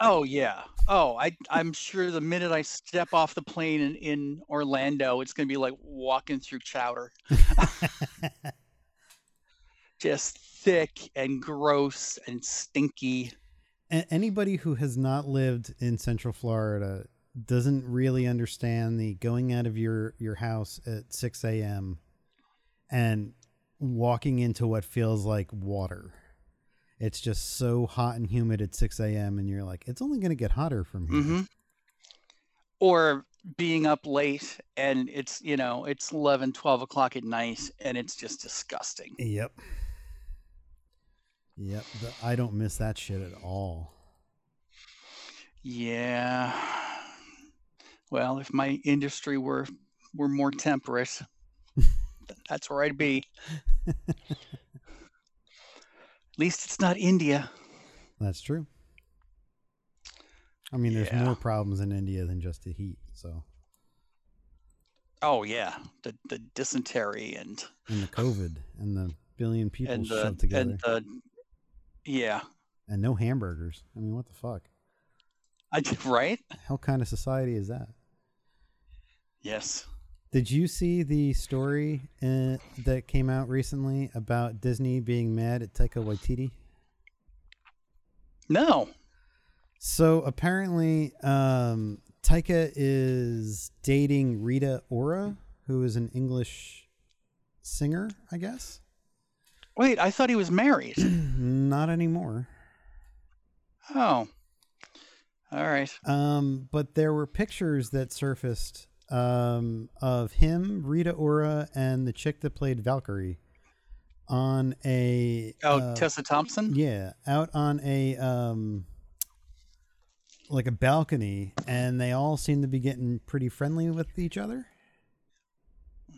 S2: oh yeah. Oh, I I'm sure the minute I step off the plane in, in Orlando, it's gonna be like walking through chowder. Just thick and gross and stinky.
S1: A- anybody who has not lived in Central Florida doesn't really understand the going out of your your house at 6 a.m. and walking into what feels like water. It's just so hot and humid at 6 a.m. and you're like, it's only going to get hotter from here.
S2: Mm-hmm. Or being up late and it's you know it's 11 12 o'clock at night and it's just disgusting
S1: Yep. Yep. th- I don't miss that shit at all.
S2: Yeah. Well, if my industry were were more temperate, th- that's where I'd be. At least it's not India.
S1: That's true. I mean, there's
S2: Yeah.
S1: more problems in India than just the heat. So,
S2: Oh yeah, the the dysentery and
S1: and the COVID and the billion people
S2: and the
S1: shoved together
S2: and
S1: and,
S2: the yeah.
S1: no hamburgers. I mean, what the fuck?
S2: I d- right?
S1: How kind of society is that?
S2: Yes.
S1: Did you see the story uh, that came out recently about Disney being mad at Taika Waititi?
S2: No.
S1: So apparently, um, Taika is dating Rita Ora, who is an English singer, I guess.
S2: Wait, I thought he was married.
S1: Not anymore.
S2: Oh. All right.
S1: Um, but there were pictures that surfaced um, of him, Rita Ora, and the chick that played Valkyrie on a
S2: Oh,
S1: uh,
S2: Tessa Thompson?
S1: Yeah, out on a um like a balcony and they all seem to be getting pretty friendly with each other.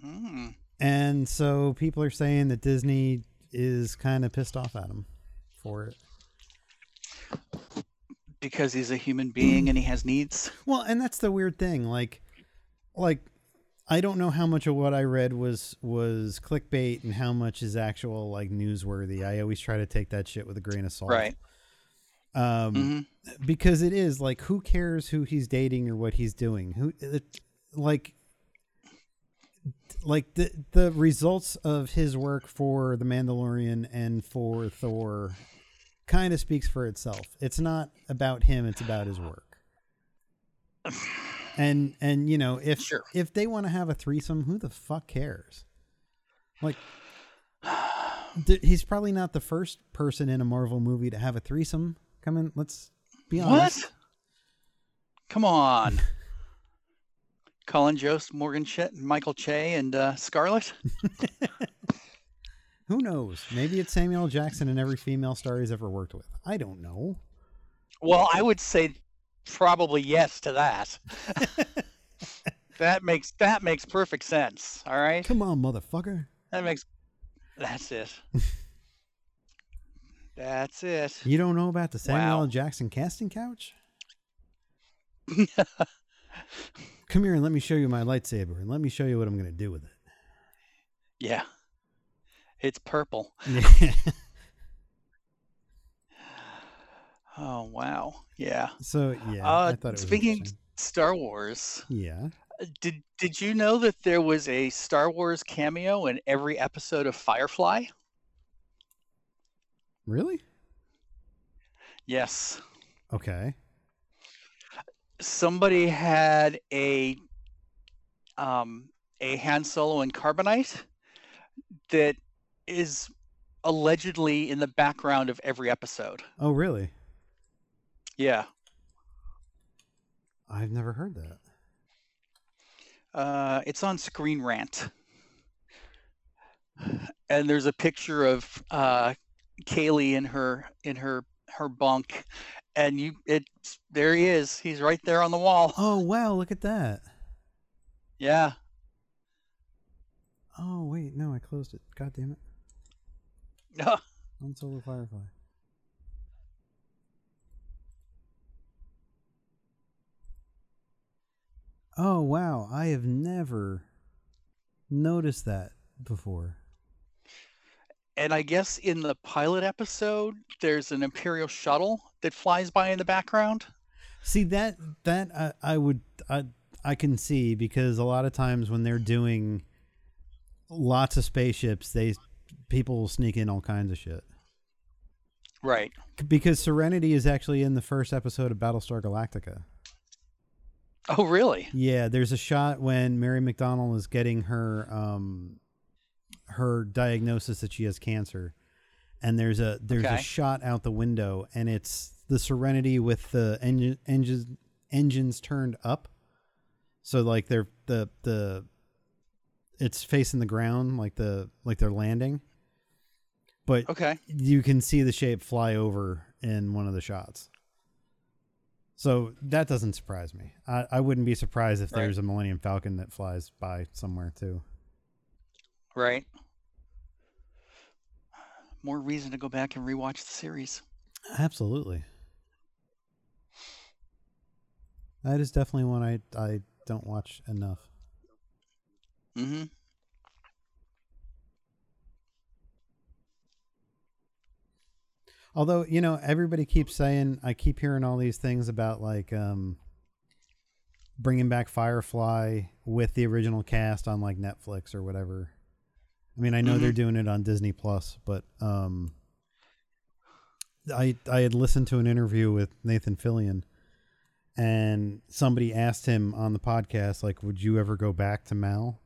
S2: Mm.
S1: And so people are saying that Disney is kind of pissed off at him for it.
S2: Because he's a human being and he has needs.
S1: Well, and that's the weird thing. Like, like I don't know how much of what I read was was clickbait and how much is actual like newsworthy. I always try to take that shit with a grain of salt,
S2: Right.
S1: Um,
S2: hmm
S1: Because it is like, who cares who he's dating or what he's doing? Who, it, like, like the the results of his work for The Mandalorian and for Thor kind of speaks for itself. It's not about him; it's about his work. And and you know if
S2: Sure.
S1: if they want to have a threesome, who the fuck cares? Like, th- he's probably not the first person in a Marvel movie to have a threesome. Come in, let's be honest.
S2: What? Come on. Colin Jost, Morgan Chet, Michael Che, and uh, Scarlett.
S1: Who knows? Maybe it's Samuel L. Jackson and every female star he's ever worked with. I don't know.
S2: Well, I would say probably yes to that. that makes that makes perfect sense. All right,
S1: Come on, motherfucker.
S2: that makes that's it. that's it.
S1: You don't know about the Samuel
S2: Wow.
S1: L. Jackson casting couch? Come here and let me show you my lightsaber and let me show you what I'm going to do with it.
S2: Yeah, it's purple. Oh wow, yeah.
S1: So yeah,
S2: Uh,
S1: I thought it was
S2: speaking-
S1: interesting.
S2: Star Wars.
S1: Yeah.
S2: Did did you know that there was a Star Wars cameo in every episode of Firefly?
S1: Really?
S2: Yes.
S1: Okay.
S2: Somebody had a um a Han Solo and Carbonite that is allegedly in the background of every episode.
S1: Oh, really?
S2: Yeah.
S1: I've never heard that.
S2: Uh, it's on Screen Rant. And there's a picture of uh, Kaylee in her in her her bunk, and you it there he is. He's right there on the wall.
S1: Oh wow, look at that.
S2: Yeah,
S1: Oh wait, no, I closed it. God damn it. On Solo Firefly. Oh wow, I have never noticed that before.
S2: and I guess in the pilot episode, there's an Imperial shuttle that flies by in the background.
S1: See that that I, I would I I can see because a lot of times when they're doing lots of spaceships, they people sneak in all kinds of shit.
S2: Right.
S1: Because Serenity is actually in the first episode of Battlestar Galactica.
S2: Oh, really?
S1: Yeah, there's a shot when Mary McDonald is getting her um her diagnosis that she has cancer. And there's a there's a
S2: Okay.
S1: shot out the window and it's the Serenity with the engine engines engines turned up. So like they're the the it's facing the ground like the like they're landing. But
S2: Okay.
S1: you can see the shape fly over in one of the shots. So that doesn't surprise me. I, I wouldn't be surprised if
S2: Right.
S1: there's a Millennium Falcon that flies by somewhere too.
S2: Right. More reason to go back and rewatch the series.
S1: Absolutely. That is definitely one I I don't watch enough.
S2: Mm-hmm.
S1: Although, you know, everybody keeps saying I keep hearing all these things about like um bringing back Firefly with the original cast on like Netflix or whatever. I mean, I know they're doing it on Disney Plus, but um I I had listened to an interview with Nathan Fillion and somebody asked him on the podcast like would you ever go back to Mal?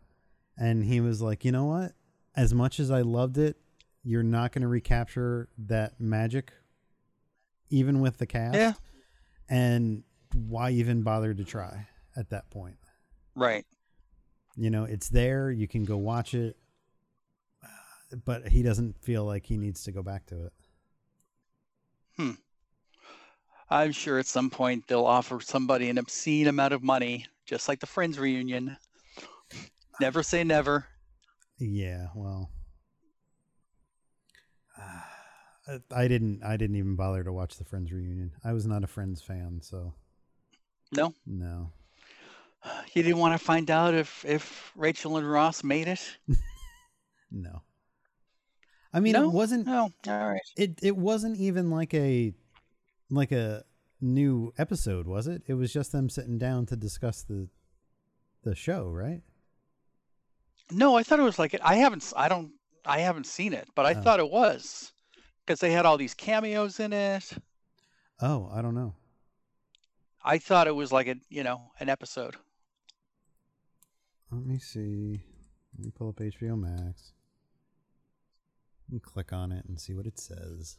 S1: And he was like, "You know what? As much as I loved it, you're not going to recapture that magic even with the cast
S2: Yeah.
S1: and why even bother to try at that point
S2: Right.
S1: you know it's there you can go watch it uh, but he doesn't feel like he needs to go back to it
S2: I'm sure at some point they'll offer somebody an obscene amount of money, just like the Friends reunion. Never say never.
S1: yeah well uh, i didn't i didn't even bother to watch the friends reunion i was not a friends fan so
S2: No?
S1: no
S2: You didn't want to find out if if Rachel and Ross made it.
S1: no i mean
S2: No?
S1: it wasn't
S2: Oh, all right.
S1: it it wasn't even like a like a new episode was it it was just them sitting down to discuss the the show right
S2: No, I thought it was like it. I haven't. s- I don't. I haven't seen it, but I
S1: Oh.
S2: thought it was because they had all these cameos in it.
S1: oh i don't know
S2: I thought it was like a you know an episode.
S1: let me see let me pull up hbo max and click on it and see what it says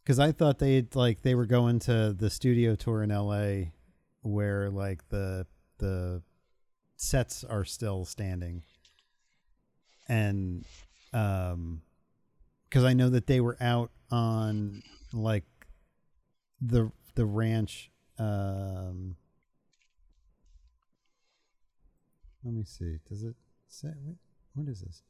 S1: because i thought they like they were going to the studio tour in la where like the the sets are still standing and um because i know that they were out on like the the ranch um let me see does it say what, what is this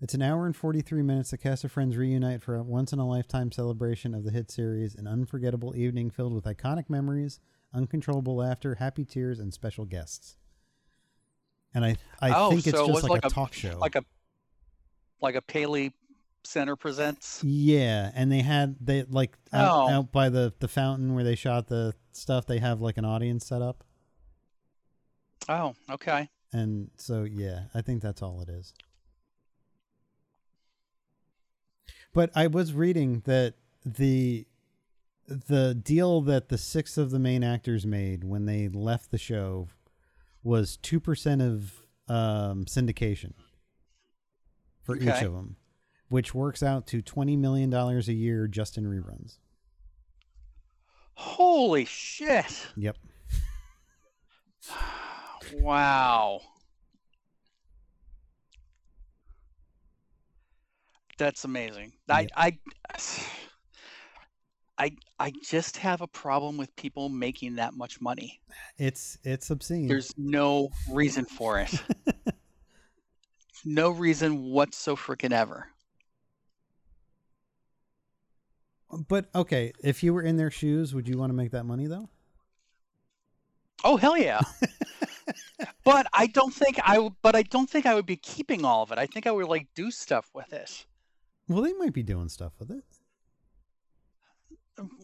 S1: it's an hour and 43 minutes. The cast of Friends reunite for a once in a lifetime celebration of the hit series, an unforgettable evening filled with iconic memories, uncontrollable laughter, happy tears, and special guests. And I, I
S2: oh,
S1: think it's
S2: so it
S1: just
S2: was
S1: like,
S2: like
S1: a, talk show.
S2: like a like a Paley Center presents.
S1: Yeah, and they had they like out,
S2: Oh.
S1: out by the the fountain where they shot the stuff. They have like an audience set up,
S2: Oh, okay.
S1: and so yeah, I think that's all it is. But I was reading that the the deal that the six of the main actors made when they left the show was two percent of um, syndication for each
S2: Okay.
S1: of them, which works out to twenty million dollars a year just in reruns.
S2: Holy shit.
S1: Yep.
S2: Wow. That's amazing. I, I, I, I just have a problem with people making that much money.
S1: It's it's obscene.
S2: There's no reason for it. no reason whatsoever. freaking ever.
S1: but okay, if you were in their shoes, would you want to make that money though?
S2: Oh hell yeah. but I don't think I w- but I don't think I would be keeping all of it. I think I would like do stuff with it.
S1: Well, they might be doing stuff with it.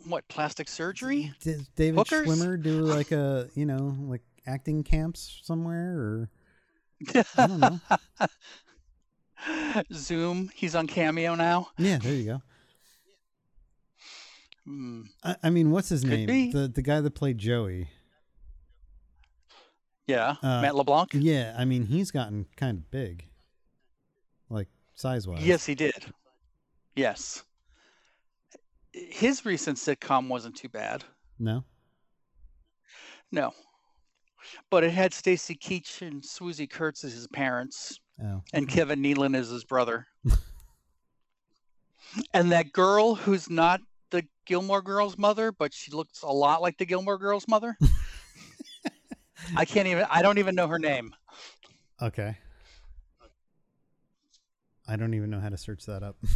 S2: What plastic surgery?
S1: Did David
S2: Hookers?
S1: Schwimmer do like a you know like acting camps somewhere or I don't know.
S2: Zoom, he's on Cameo now.
S1: yeah, there you go.
S2: Hmm.
S1: I, I mean, what's his
S2: Could
S1: name?
S2: be.
S1: The the guy that played Joey.
S2: Yeah,
S1: Uh,
S2: Matt LeBlanc.
S1: Yeah, I mean, he's gotten kind of big, like size wise.
S2: Yes, he did. Yes. His recent sitcom wasn't too bad.
S1: No.
S2: No. But it had Stacy Keach and Swoozie Kurtz as his parents
S1: Oh.
S2: and Kevin Nealon as his brother. and that girl who's not the Gilmore Girls mother, but she looks a lot like the Gilmore Girls mother. I can't even I don't even know her name.
S1: Okay. I don't even know how to search that up.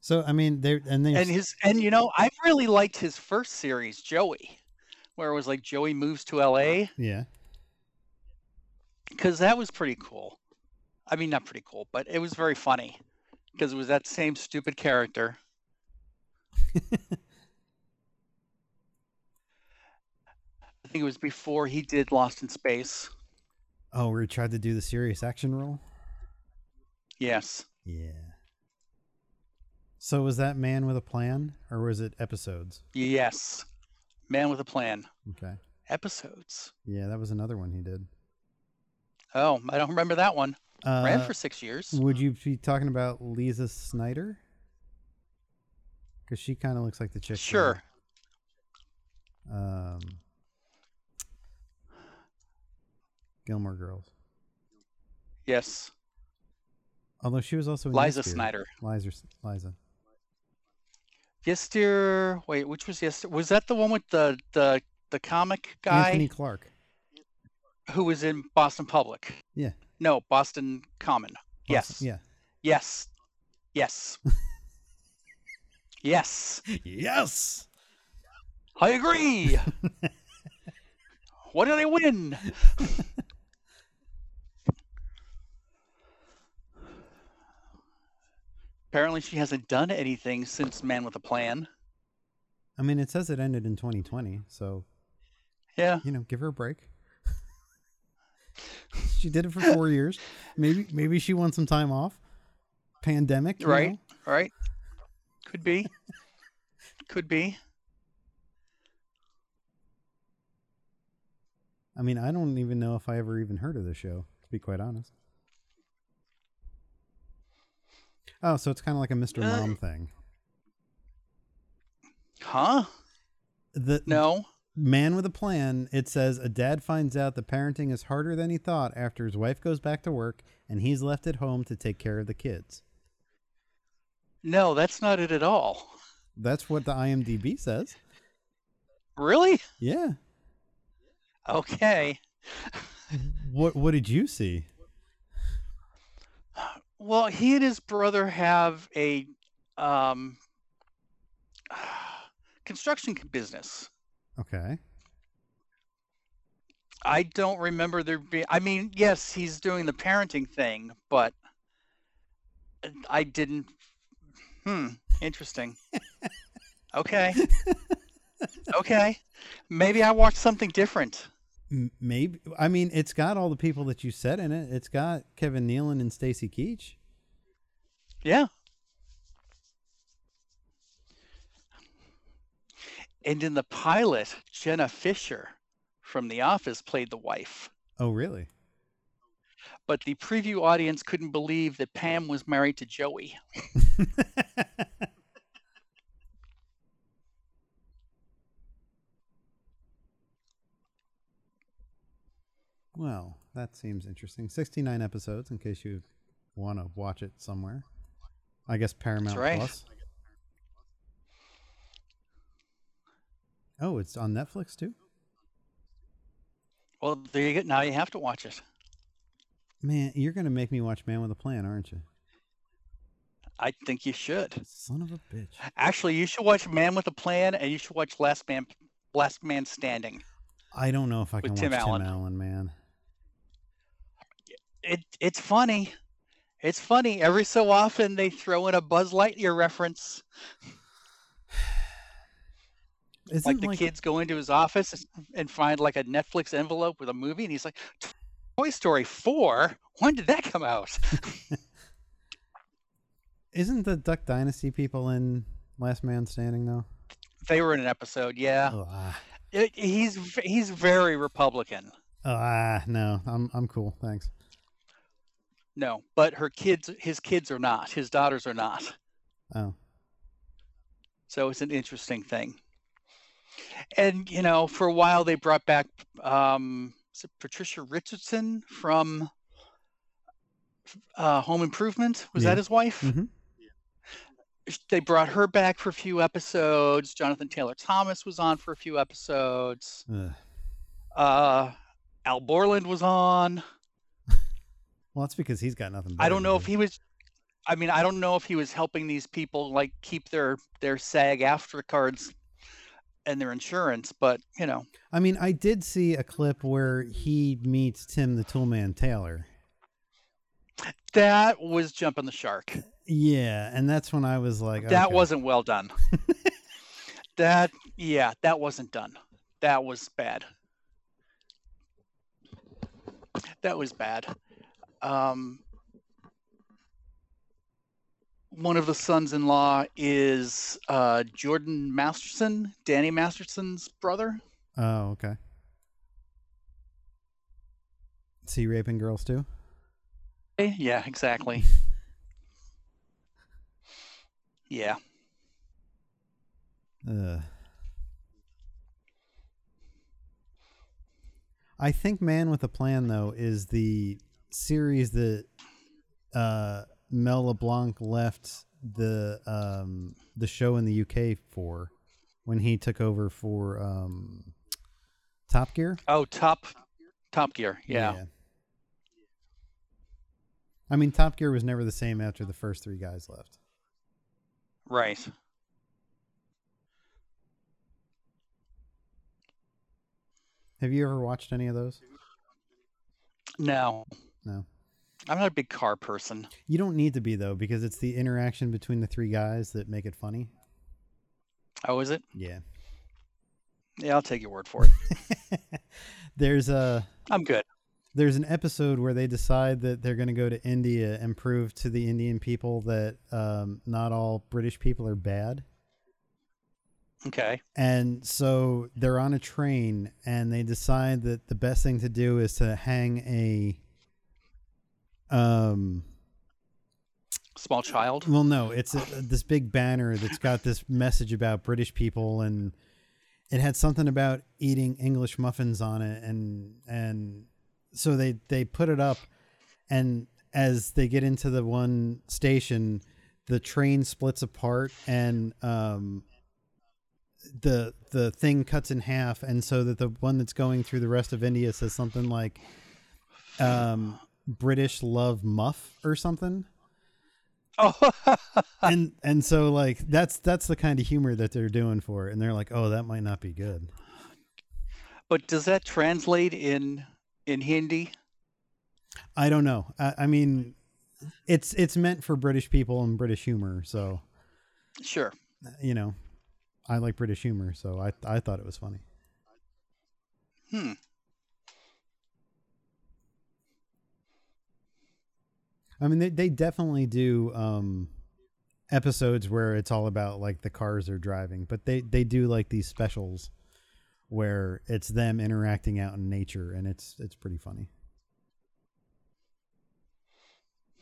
S1: so I mean, they and then
S2: And his and you know, I really liked his first series, Joey, where it was like Joey moves to LA
S1: yeah, Uh-huh.
S2: because that was pretty cool. I mean, not pretty cool, but it was very funny because it was that same stupid character. I think it was before he did Lost in Space.
S1: oh, we tried to do the serious action role.
S2: Yes.
S1: Yeah. So was that man with a plan, or was it episodes?
S2: Yes. Man with a Plan.
S1: Okay.
S2: Episodes.
S1: Yeah, that was another one he did.
S2: Oh, I don't remember that one.
S1: Uh,
S2: Ran for six years.
S1: Would you be talking about Lisa Snyder? Because she kind of looks like the chick. from,
S2: Sure.
S1: Um, Gilmore Girls.
S2: Yes.
S1: Although she was also in
S2: Liza
S1: Yesteryear.
S2: Snyder.
S1: Liza. Liza.
S2: Yes, dear. Wait, which was yes? Was that the one with the the the comic guy?
S1: Anthony Clark.
S2: who was in Boston Public.
S1: Yeah.
S2: No, Boston Common. Yes.
S1: Yeah.
S2: Yes. Yes. yes.
S1: Yes.
S2: I agree. what did I win? Apparently, she hasn't done anything since Man with a Plan.
S1: I mean, it says it ended in 2020, so
S2: Yeah.
S1: you know, give her a break. she did it for four years. Maybe, maybe she won some time off. Pandemic, you
S2: Right.
S1: know?
S2: All right. Could be. Could be.
S1: I mean, I don't even know if I ever even heard of the show, to be quite honest. Oh, so it's kind of like a Mr.
S2: Uh,
S1: Mom thing.
S2: Huh?
S1: The
S2: No.
S1: man with a plan, it says a dad finds out that parenting is harder than he thought after his wife goes back to work and he's left at home to take care of the kids.
S2: No, that's not it at all.
S1: That's what the IMDb says.
S2: Really?
S1: Yeah.
S2: Okay.
S1: What what did you see?
S2: Well, he and his brother have a um, construction business,
S1: Okay.
S2: I don't remember there being. I mean, yes, he's doing the parenting thing, but I didn't. Hmm. Interesting. okay. okay. Maybe I watched something different.
S1: M- Maybe I mean it's got all the people that you said in it. It's got Kevin Nealon and Stacy Keach.
S2: Yeah. And in the pilot, Jenna Fisher from The Office played the wife.
S1: Oh, really?
S2: But the preview audience couldn't believe that Pam was married to Joey.
S1: well, that seems interesting. Sixty-nine episodes, in case you want to watch it somewhere. I guess Paramount
S2: right.
S1: Plus. Oh, it's on Netflix too.
S2: Well, there you go. Now you have to watch it.
S1: Man, you're gonna make me watch Man with a Plan, aren't you?
S2: I think you should.
S1: Son of a bitch.
S2: Actually, you should watch Man with a Plan and you should watch Last Man Last Man Standing.
S1: I don't know if I
S2: With
S1: can
S2: Tim
S1: watch
S2: Allen.
S1: Tim Allen, man.
S2: It it's funny. It's funny. Every so often they throw in a Buzz Lightyear reference.
S1: Isn't
S2: like the kids go into his office and find like a Netflix envelope with a movie, and he's like, "Toy Story four? When did that come out?"
S1: Isn't the Duck Dynasty people in Last Man Standing though?
S2: they were in an episode. Yeah,
S1: Oh, ah,
S2: It- he's v- he's very Republican.
S1: Oh, ah, no, I'm I'm cool, thanks.
S2: No, but her kids, his kids are not. His daughters are not.
S1: Oh,
S2: So it's an interesting thing. And you know, for a while they brought back um, is it Patricia Richardson from uh, Home Improvement. Was
S1: Yeah.
S2: that his wife?
S1: Mhm.
S2: sh- They brought her back for a few episodes. Jonathan Taylor Thomas was on for a few episodes.
S1: Ugh.
S2: Uh, Al Borland was on.
S1: well, that's because he's got nothing.
S2: I
S1: better to
S2: don't know
S1: do.
S2: if he was. I mean, I don't know if he was helping these people like keep their their SAG after cards and their insurance, but you know,
S1: I mean, I did see a clip where he meets Tim the Toolman Taylor.
S2: that was jumping the shark.
S1: Yeah, and that's when I was like,
S2: That
S1: okay.
S2: wasn't well done. that yeah, that wasn't done. That was bad. That was bad. Um, one of the sons-in-law is uh, Jordan Masterson, Danny Masterson's brother.
S1: Oh, okay. See, raping girls too.
S2: Eh, Yeah, exactly. yeah.
S1: Ugh. I think Man with a Plan though is the series that uh, Mel LeBlanc left the um, the show in the UK for when he took over for um, Top Gear.
S2: Oh, Top Top Gear. Yeah.
S1: I mean, Top Gear was never the same after the first three guys left.
S2: Right.
S1: Have you ever watched any of those?
S2: No.
S1: No.
S2: I'm not a big car person.
S1: You don't need to be though, because it's the interaction between the three guys that make it funny.
S2: Oh, is it?
S1: Yeah.
S2: Yeah, I'll take your word for it.
S1: there's a
S2: I'm good.
S1: there's an episode where they decide that they're going to go to India and prove to the Indian people that um, not all British people are bad.
S2: Okay.
S1: And so they're on a train and they decide that the best thing to do is to hang a um
S2: Small child.
S1: well no, it's a, this big banner that's got this message about British people and it had something about eating English muffins on it and and so they they put it up and as they get into the one station the train splits apart and um the the thing cuts in half and so that the one that's going through the rest of India says something like um British love muff or something
S2: Oh,
S1: and and so like that's that's the kind of humor that they're doing for it and they're like oh that might not be good
S2: But does that translate in in Hindi?
S1: I don't know. I, I mean, it's it's meant for British people and British humor. So
S2: Sure.
S1: you know, I like British humor, so I I thought it was funny.
S2: Hmm.
S1: I mean, they they definitely do um, episodes where it's all about like the cars they're driving, but they they do like these specials where it's them interacting out in nature, and it's it's pretty funny.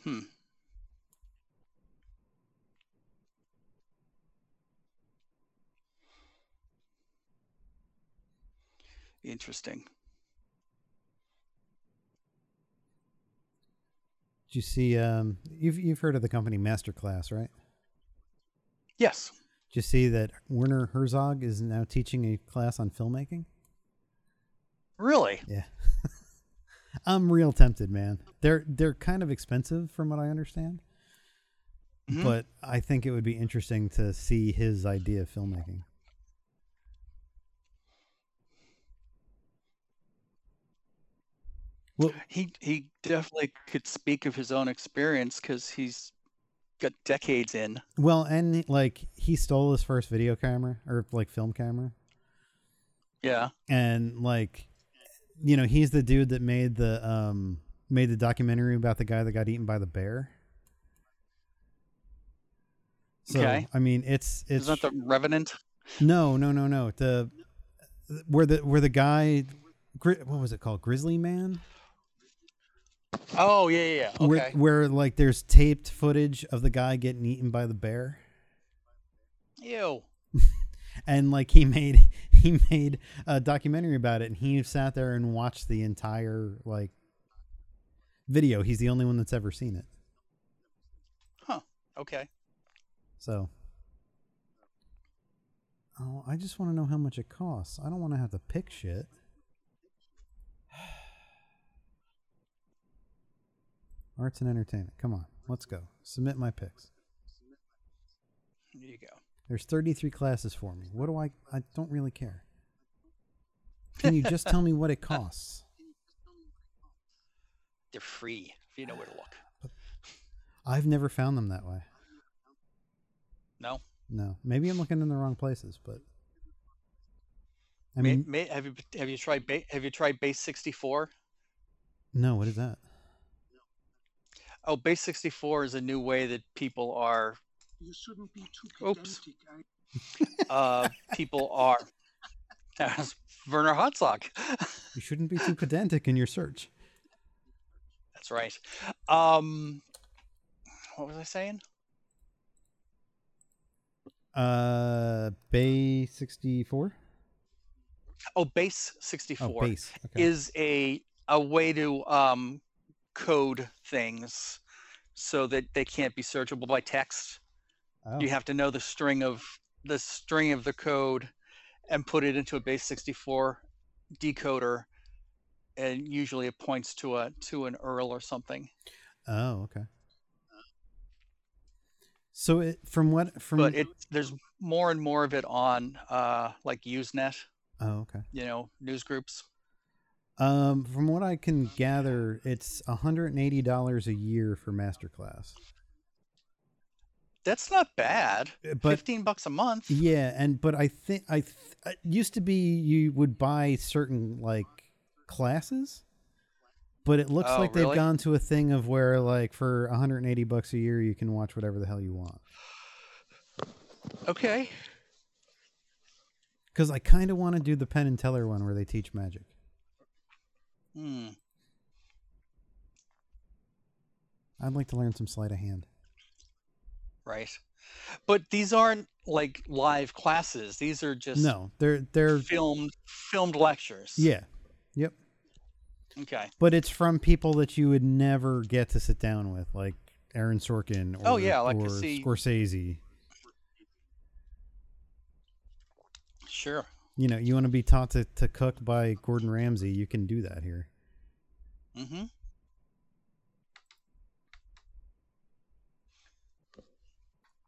S2: Hmm. Interesting.
S1: Did you see? Um, you've you've heard of the company MasterClass, right?
S2: Yes.
S1: Did you see that Werner Herzog is now teaching a class on filmmaking?
S2: Really?
S1: Yeah. I'm real tempted, man. They're they're kind of expensive from what I understand,
S2: Mhm.
S1: but I think it would be interesting to see his idea of filmmaking. Well,
S2: He he definitely could speak of his own experience because he's got decades in.
S1: well, and like he stole his first video camera or like film camera
S2: Yeah.
S1: and like you know, he's the dude that made the um made the documentary about the guy that got eaten by the bear. So,
S2: Okay.
S1: I mean, it's it's
S2: Is that the Revenant?
S1: No, no, no, no. The where the where the guy, gri- what was it called? Grizzly Man.
S2: Oh yeah yeah. yeah. Okay.
S1: Where, where like there's taped footage of the guy getting eaten by the bear,
S2: Ew.
S1: and like he made he made a documentary about it, and he sat there and watched the entire like video. He's the only one that's ever seen it.
S2: Okay.
S1: So. Oh, I just want to know how much it costs. I don't want to have to pick shit. Arts and entertainment. Come on. Let's go. Submit my picks.
S2: There you go.
S1: There's 33 classes for me. What do I I don't really care. Can you just tell me what it costs?
S2: They're free if you know where to look.
S1: I've never found them that way.
S2: No.
S1: No. Maybe I'm looking in the wrong places, but I
S2: May-
S1: mean,
S2: may- have you have you tried ba- have you tried base 64?
S1: no, what is that?
S2: Oh, base 64 is a new way that people are
S4: You shouldn't be too
S2: Oops.
S4: pedantic. I
S2: uh people are that was Werner Herzog.
S1: You shouldn't be too pedantic in your search.
S2: That's right. Um what was I saying?
S1: Uh, Bay sixty four.
S2: Oh, base 64
S1: Oh, base. Okay.
S2: is a a way to um code things so that they can't be searchable by text.
S1: oh.
S2: you have to know the string of the string of the code and put it into a base 64 decoder and usually it points to a to an url or something
S1: oh, okay. So it from what from
S2: but it there's more and more of it on uh like usenet
S1: oh okay
S2: you know news groups
S1: um from what I can gather it's hundred and eighty dollars a year for masterclass.
S2: that's not bad
S1: Uh, But
S2: 15 bucks a month
S1: yeah, and but I think I th- it used to be you would buy certain like classes, but it looks
S2: Oh,
S1: like they've
S2: really?
S1: gone to a thing of where like for hundred and eighty bucks a year you can watch whatever the hell you want.
S2: okay
S1: Because I kind of want to do the Penn and Teller one where they teach magic.
S2: hmm.
S1: I'd like to learn some sleight of hand.
S2: right but these aren't like live classes these are just
S1: No, they're they're
S2: filmed filmed lectures
S1: yeah,
S2: okay
S1: but it's from people that you would never get to sit down with, like Aaron Sorkin or,
S2: Oh, yeah, like
S1: or
S2: to see-
S1: Scorsese.
S2: sure
S1: You know, you want to be taught to, to cook by Gordon Ramsay, you can do that here.
S2: Mm-hmm.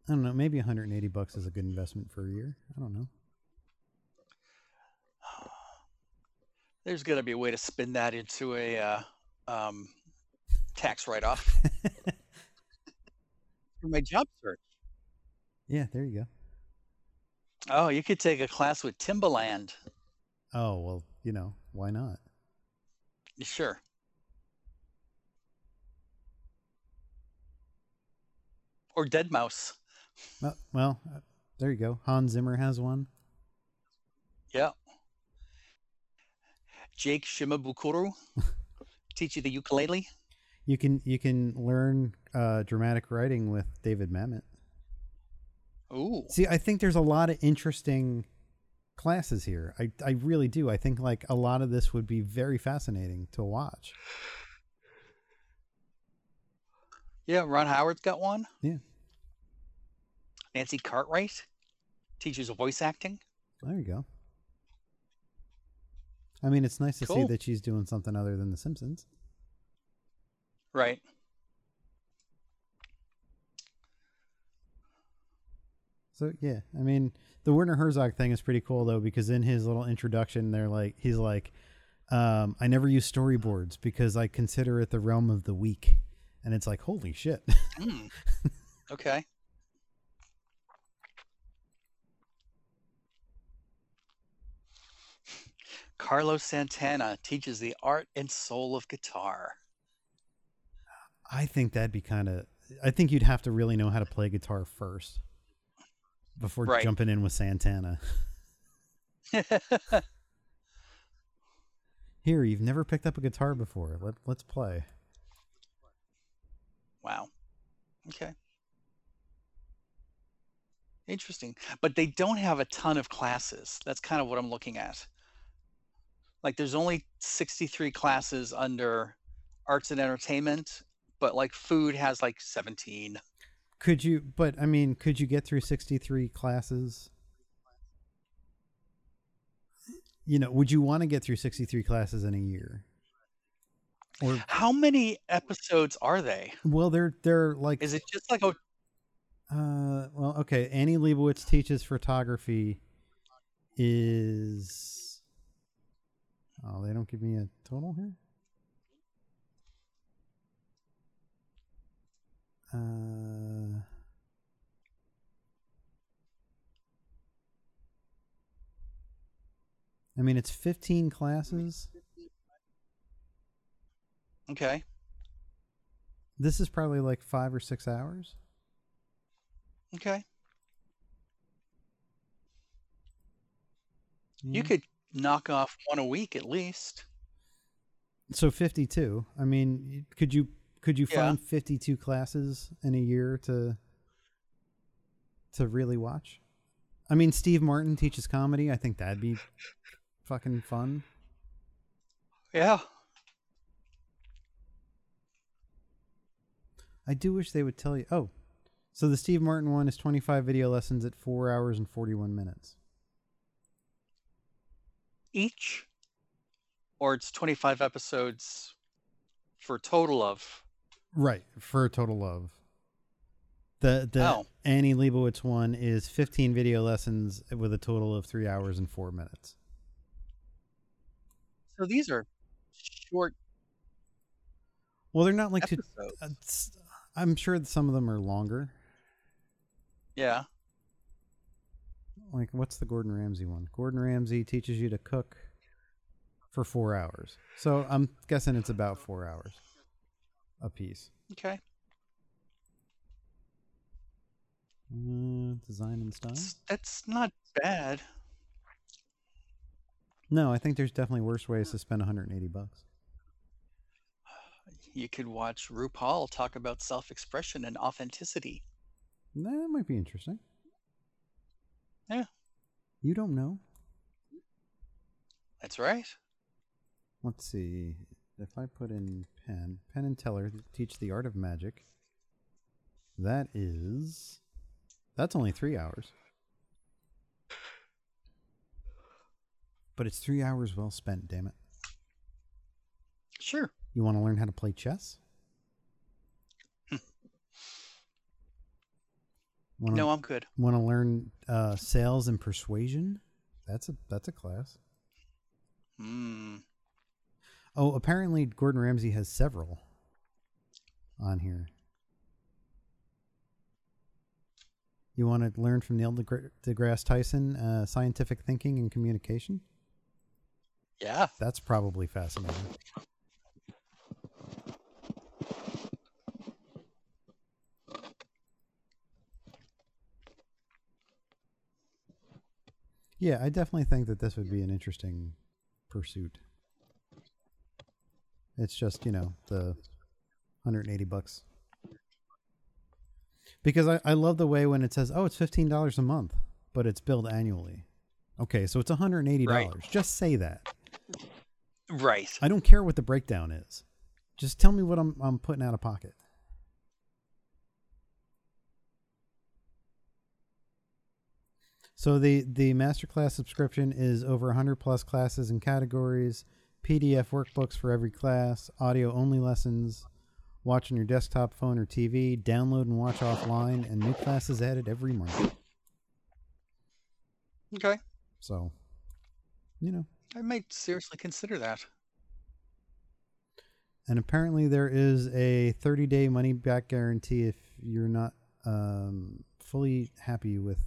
S1: I don't know, maybe 180 bucks is a good investment for a year. I don't know.
S2: There's got to be a way to spin that into a uh, um, tax write off for my job search.
S1: Yeah, there you go.
S2: Oh, you could take a class with Timbaland.
S1: Oh well, you know why not?
S2: Sure. Or Dead Mouse.
S1: Uh, well, uh, there you go. Hans Zimmer has one.
S2: Yeah. Jake Shimabukuro. Teach you the ukulele.
S1: You can you can learn uh, dramatic writing with David Mamet.
S2: Ooh.
S1: See, I think there's a lot of interesting classes here. I I really do. I think like a lot of this would be very fascinating to watch.
S2: Yeah, Ron Howard's got one.
S1: Yeah.
S2: Nancy Cartwright teaches voice acting.
S1: There you go. I mean, it's nice to see
S2: Cool.
S1: that she's doing something other than The Simpsons.
S2: Right.
S1: So yeah, I mean, the Werner Herzog thing is pretty cool though because in his little introduction, they're like, he's like, um, I never use storyboards because I consider it the realm of the weak, and it's like, holy shit.
S2: Hmm. okay. Carlos Santana teaches the art and soul of guitar.
S1: I think that'd be kind of. I think you'd have to really know how to play guitar first before
S2: Right.
S1: jumping in with Santana. Here, you've never picked up a guitar before. Let, let's play.
S2: wow. Okay. Interesting. But they don't have a ton of classes. That's kind of what I'm looking at. Like there's only 63 classes under arts and entertainment, but like food has like 17.
S1: Could you? But I mean, could you get through sixty-three classes? You know, would you want to get through sixty-three classes in a year? Or
S2: How many episodes are they?
S1: well, they're they're like
S2: Is it just like oh, a
S1: Uh, well, okay. Annie Leibovitz teaches photography. Is oh, they don't give me a total here. Uh, I mean, it's fifteen classes.
S2: okay?
S1: This is probably like five or six hours.
S2: Okay,
S1: Yeah.
S2: you could knock off one a week at least.
S1: so 52 i mean y- could you could you
S2: Yeah.
S1: find 52 classes in a year to to really watch i mean steve martin teaches comedy i think that'd be fucking fun
S2: Yeah,
S1: i do wish they would tell you oh so the steve martin one is 25 video lessons at 4 hours and 41 minutes
S2: each, or it's twenty-five episodes for a total of.
S1: right for a total of the the
S2: Oh.
S1: annie leibovitz one is 15 video lessons with a total of 3 hours and 4 minutes
S2: So these are short
S1: well they're not like to
S2: episodes.
S1: Uh, s- I'm sure that some of them are longer.
S2: Yeah.
S1: Like, what's the Gordon Ramsay one? Gordon Ramsay teaches you to cook for four hours. So I'm guessing it's about four hours a piece.
S2: Okay.
S1: Uh, design and style?
S2: That's, that's not bad.
S1: No, I think there's definitely worse ways to spend 180 bucks.
S2: You could watch RuPaul talk about self-expression and authenticity.
S1: That might be interesting.
S2: Yeah.
S1: You don't know?
S2: That's right.
S1: Let's see. If I put in Penn, Penn and Teller teach the art of magic. That is. That's only three hours. But it's three hours well spent, damn it.
S2: Sure.
S1: You want to learn how to play chess? Wanna-
S2: No, I'm good.
S1: Want to learn uh, sales and persuasion? That's a that's a class.
S2: Mm.
S1: Oh, apparently Gordon Ramsay has several on here. You want to learn from Neil deGra- deGrasse Tyson, uh, scientific thinking and communication?
S2: Yeah.
S1: That's probably fascinating. Yeah, I definitely think that this would be an interesting pursuit. It's just, you know, the 180 bucks. Because I, I love the way when it says, oh, it's $15 a month, but it's billed annually. Okay, so it's $180. Just say that.
S2: Right.
S1: I don't care what the breakdown is. Just tell me what I'm I'm putting out of pocket. So the the masterclass subscription is over 100 plus classes and categories, PDF workbooks for every class, audio only lessons, watch on your desktop, phone or TV, download and watch offline, and new classes added every month.
S2: Okay.
S1: So, you know,
S2: I might seriously consider that.
S1: And apparently, there is a 30 day money back guarantee if you're not um, fully happy with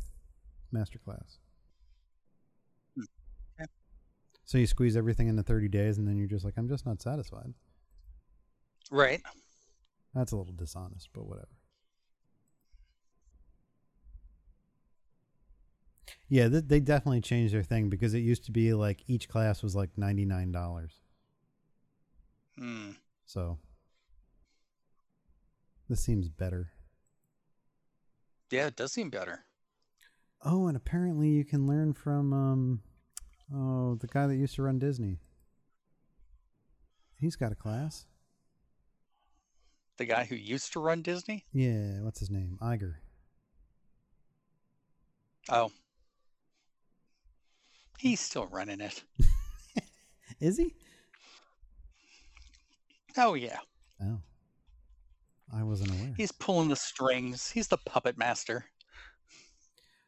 S1: Masterclass.
S2: Hmm. Yeah.
S1: So you squeeze everything into 30 days, and then you're just like, I'm just not satisfied.
S2: Right.
S1: That's a little dishonest, but whatever. Yeah, th- they definitely changed their thing because it used to be like each class was like $99.
S2: Hmm.
S1: So this seems better.
S2: Yeah, it does seem better.
S1: Oh, and apparently you can learn from um oh, the guy that used to run Disney. He's got a class.
S2: The guy who used to run Disney?
S1: Yeah, what's his name? Iger.
S2: Oh. He's still running it.
S1: Is he?
S2: Oh, yeah.
S1: Oh. I wasn't aware.
S2: He's pulling the strings. He's the puppet master.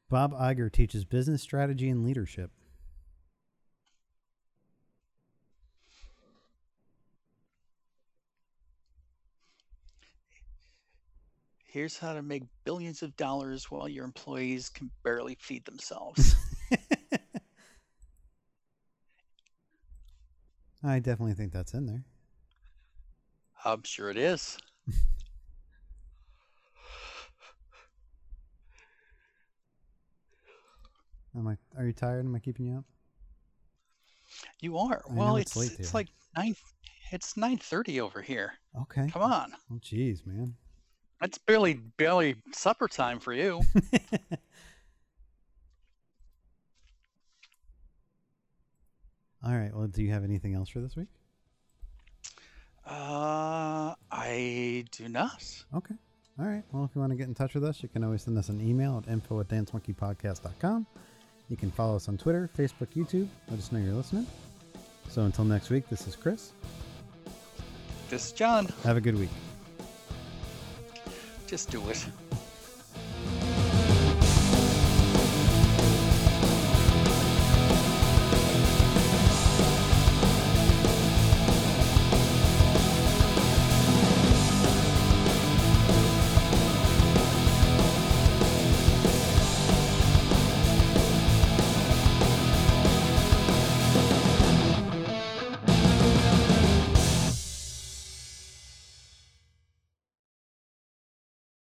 S1: Bob Iger teaches business strategy and leadership.
S2: Here's how to make billions of dollars while your employees can barely feed themselves.
S1: I definitely think that's in there.
S2: I'm sure it is.
S1: Am I are you tired? Am I keeping you up?
S2: You are.
S1: I know
S2: well,
S1: it's
S2: it's
S1: late
S2: it's,
S1: there.
S2: like nine. It's nine thirty over here.
S1: Okay.
S2: Come on,
S1: Oh jeez, man.
S2: that's barely barely supper time for you.
S1: All right. Well, do you have anything else for this week?
S2: uh, I do not.
S1: Okay. All right. Well, if you want to get in touch with us, you can always send us an email at info at dancemonkeypodcast.com. You can follow us on Twitter, Facebook, YouTube. Let us know you're listening. So until next week, this is Chris.
S2: Just John,
S1: Have a good week.
S2: just do it.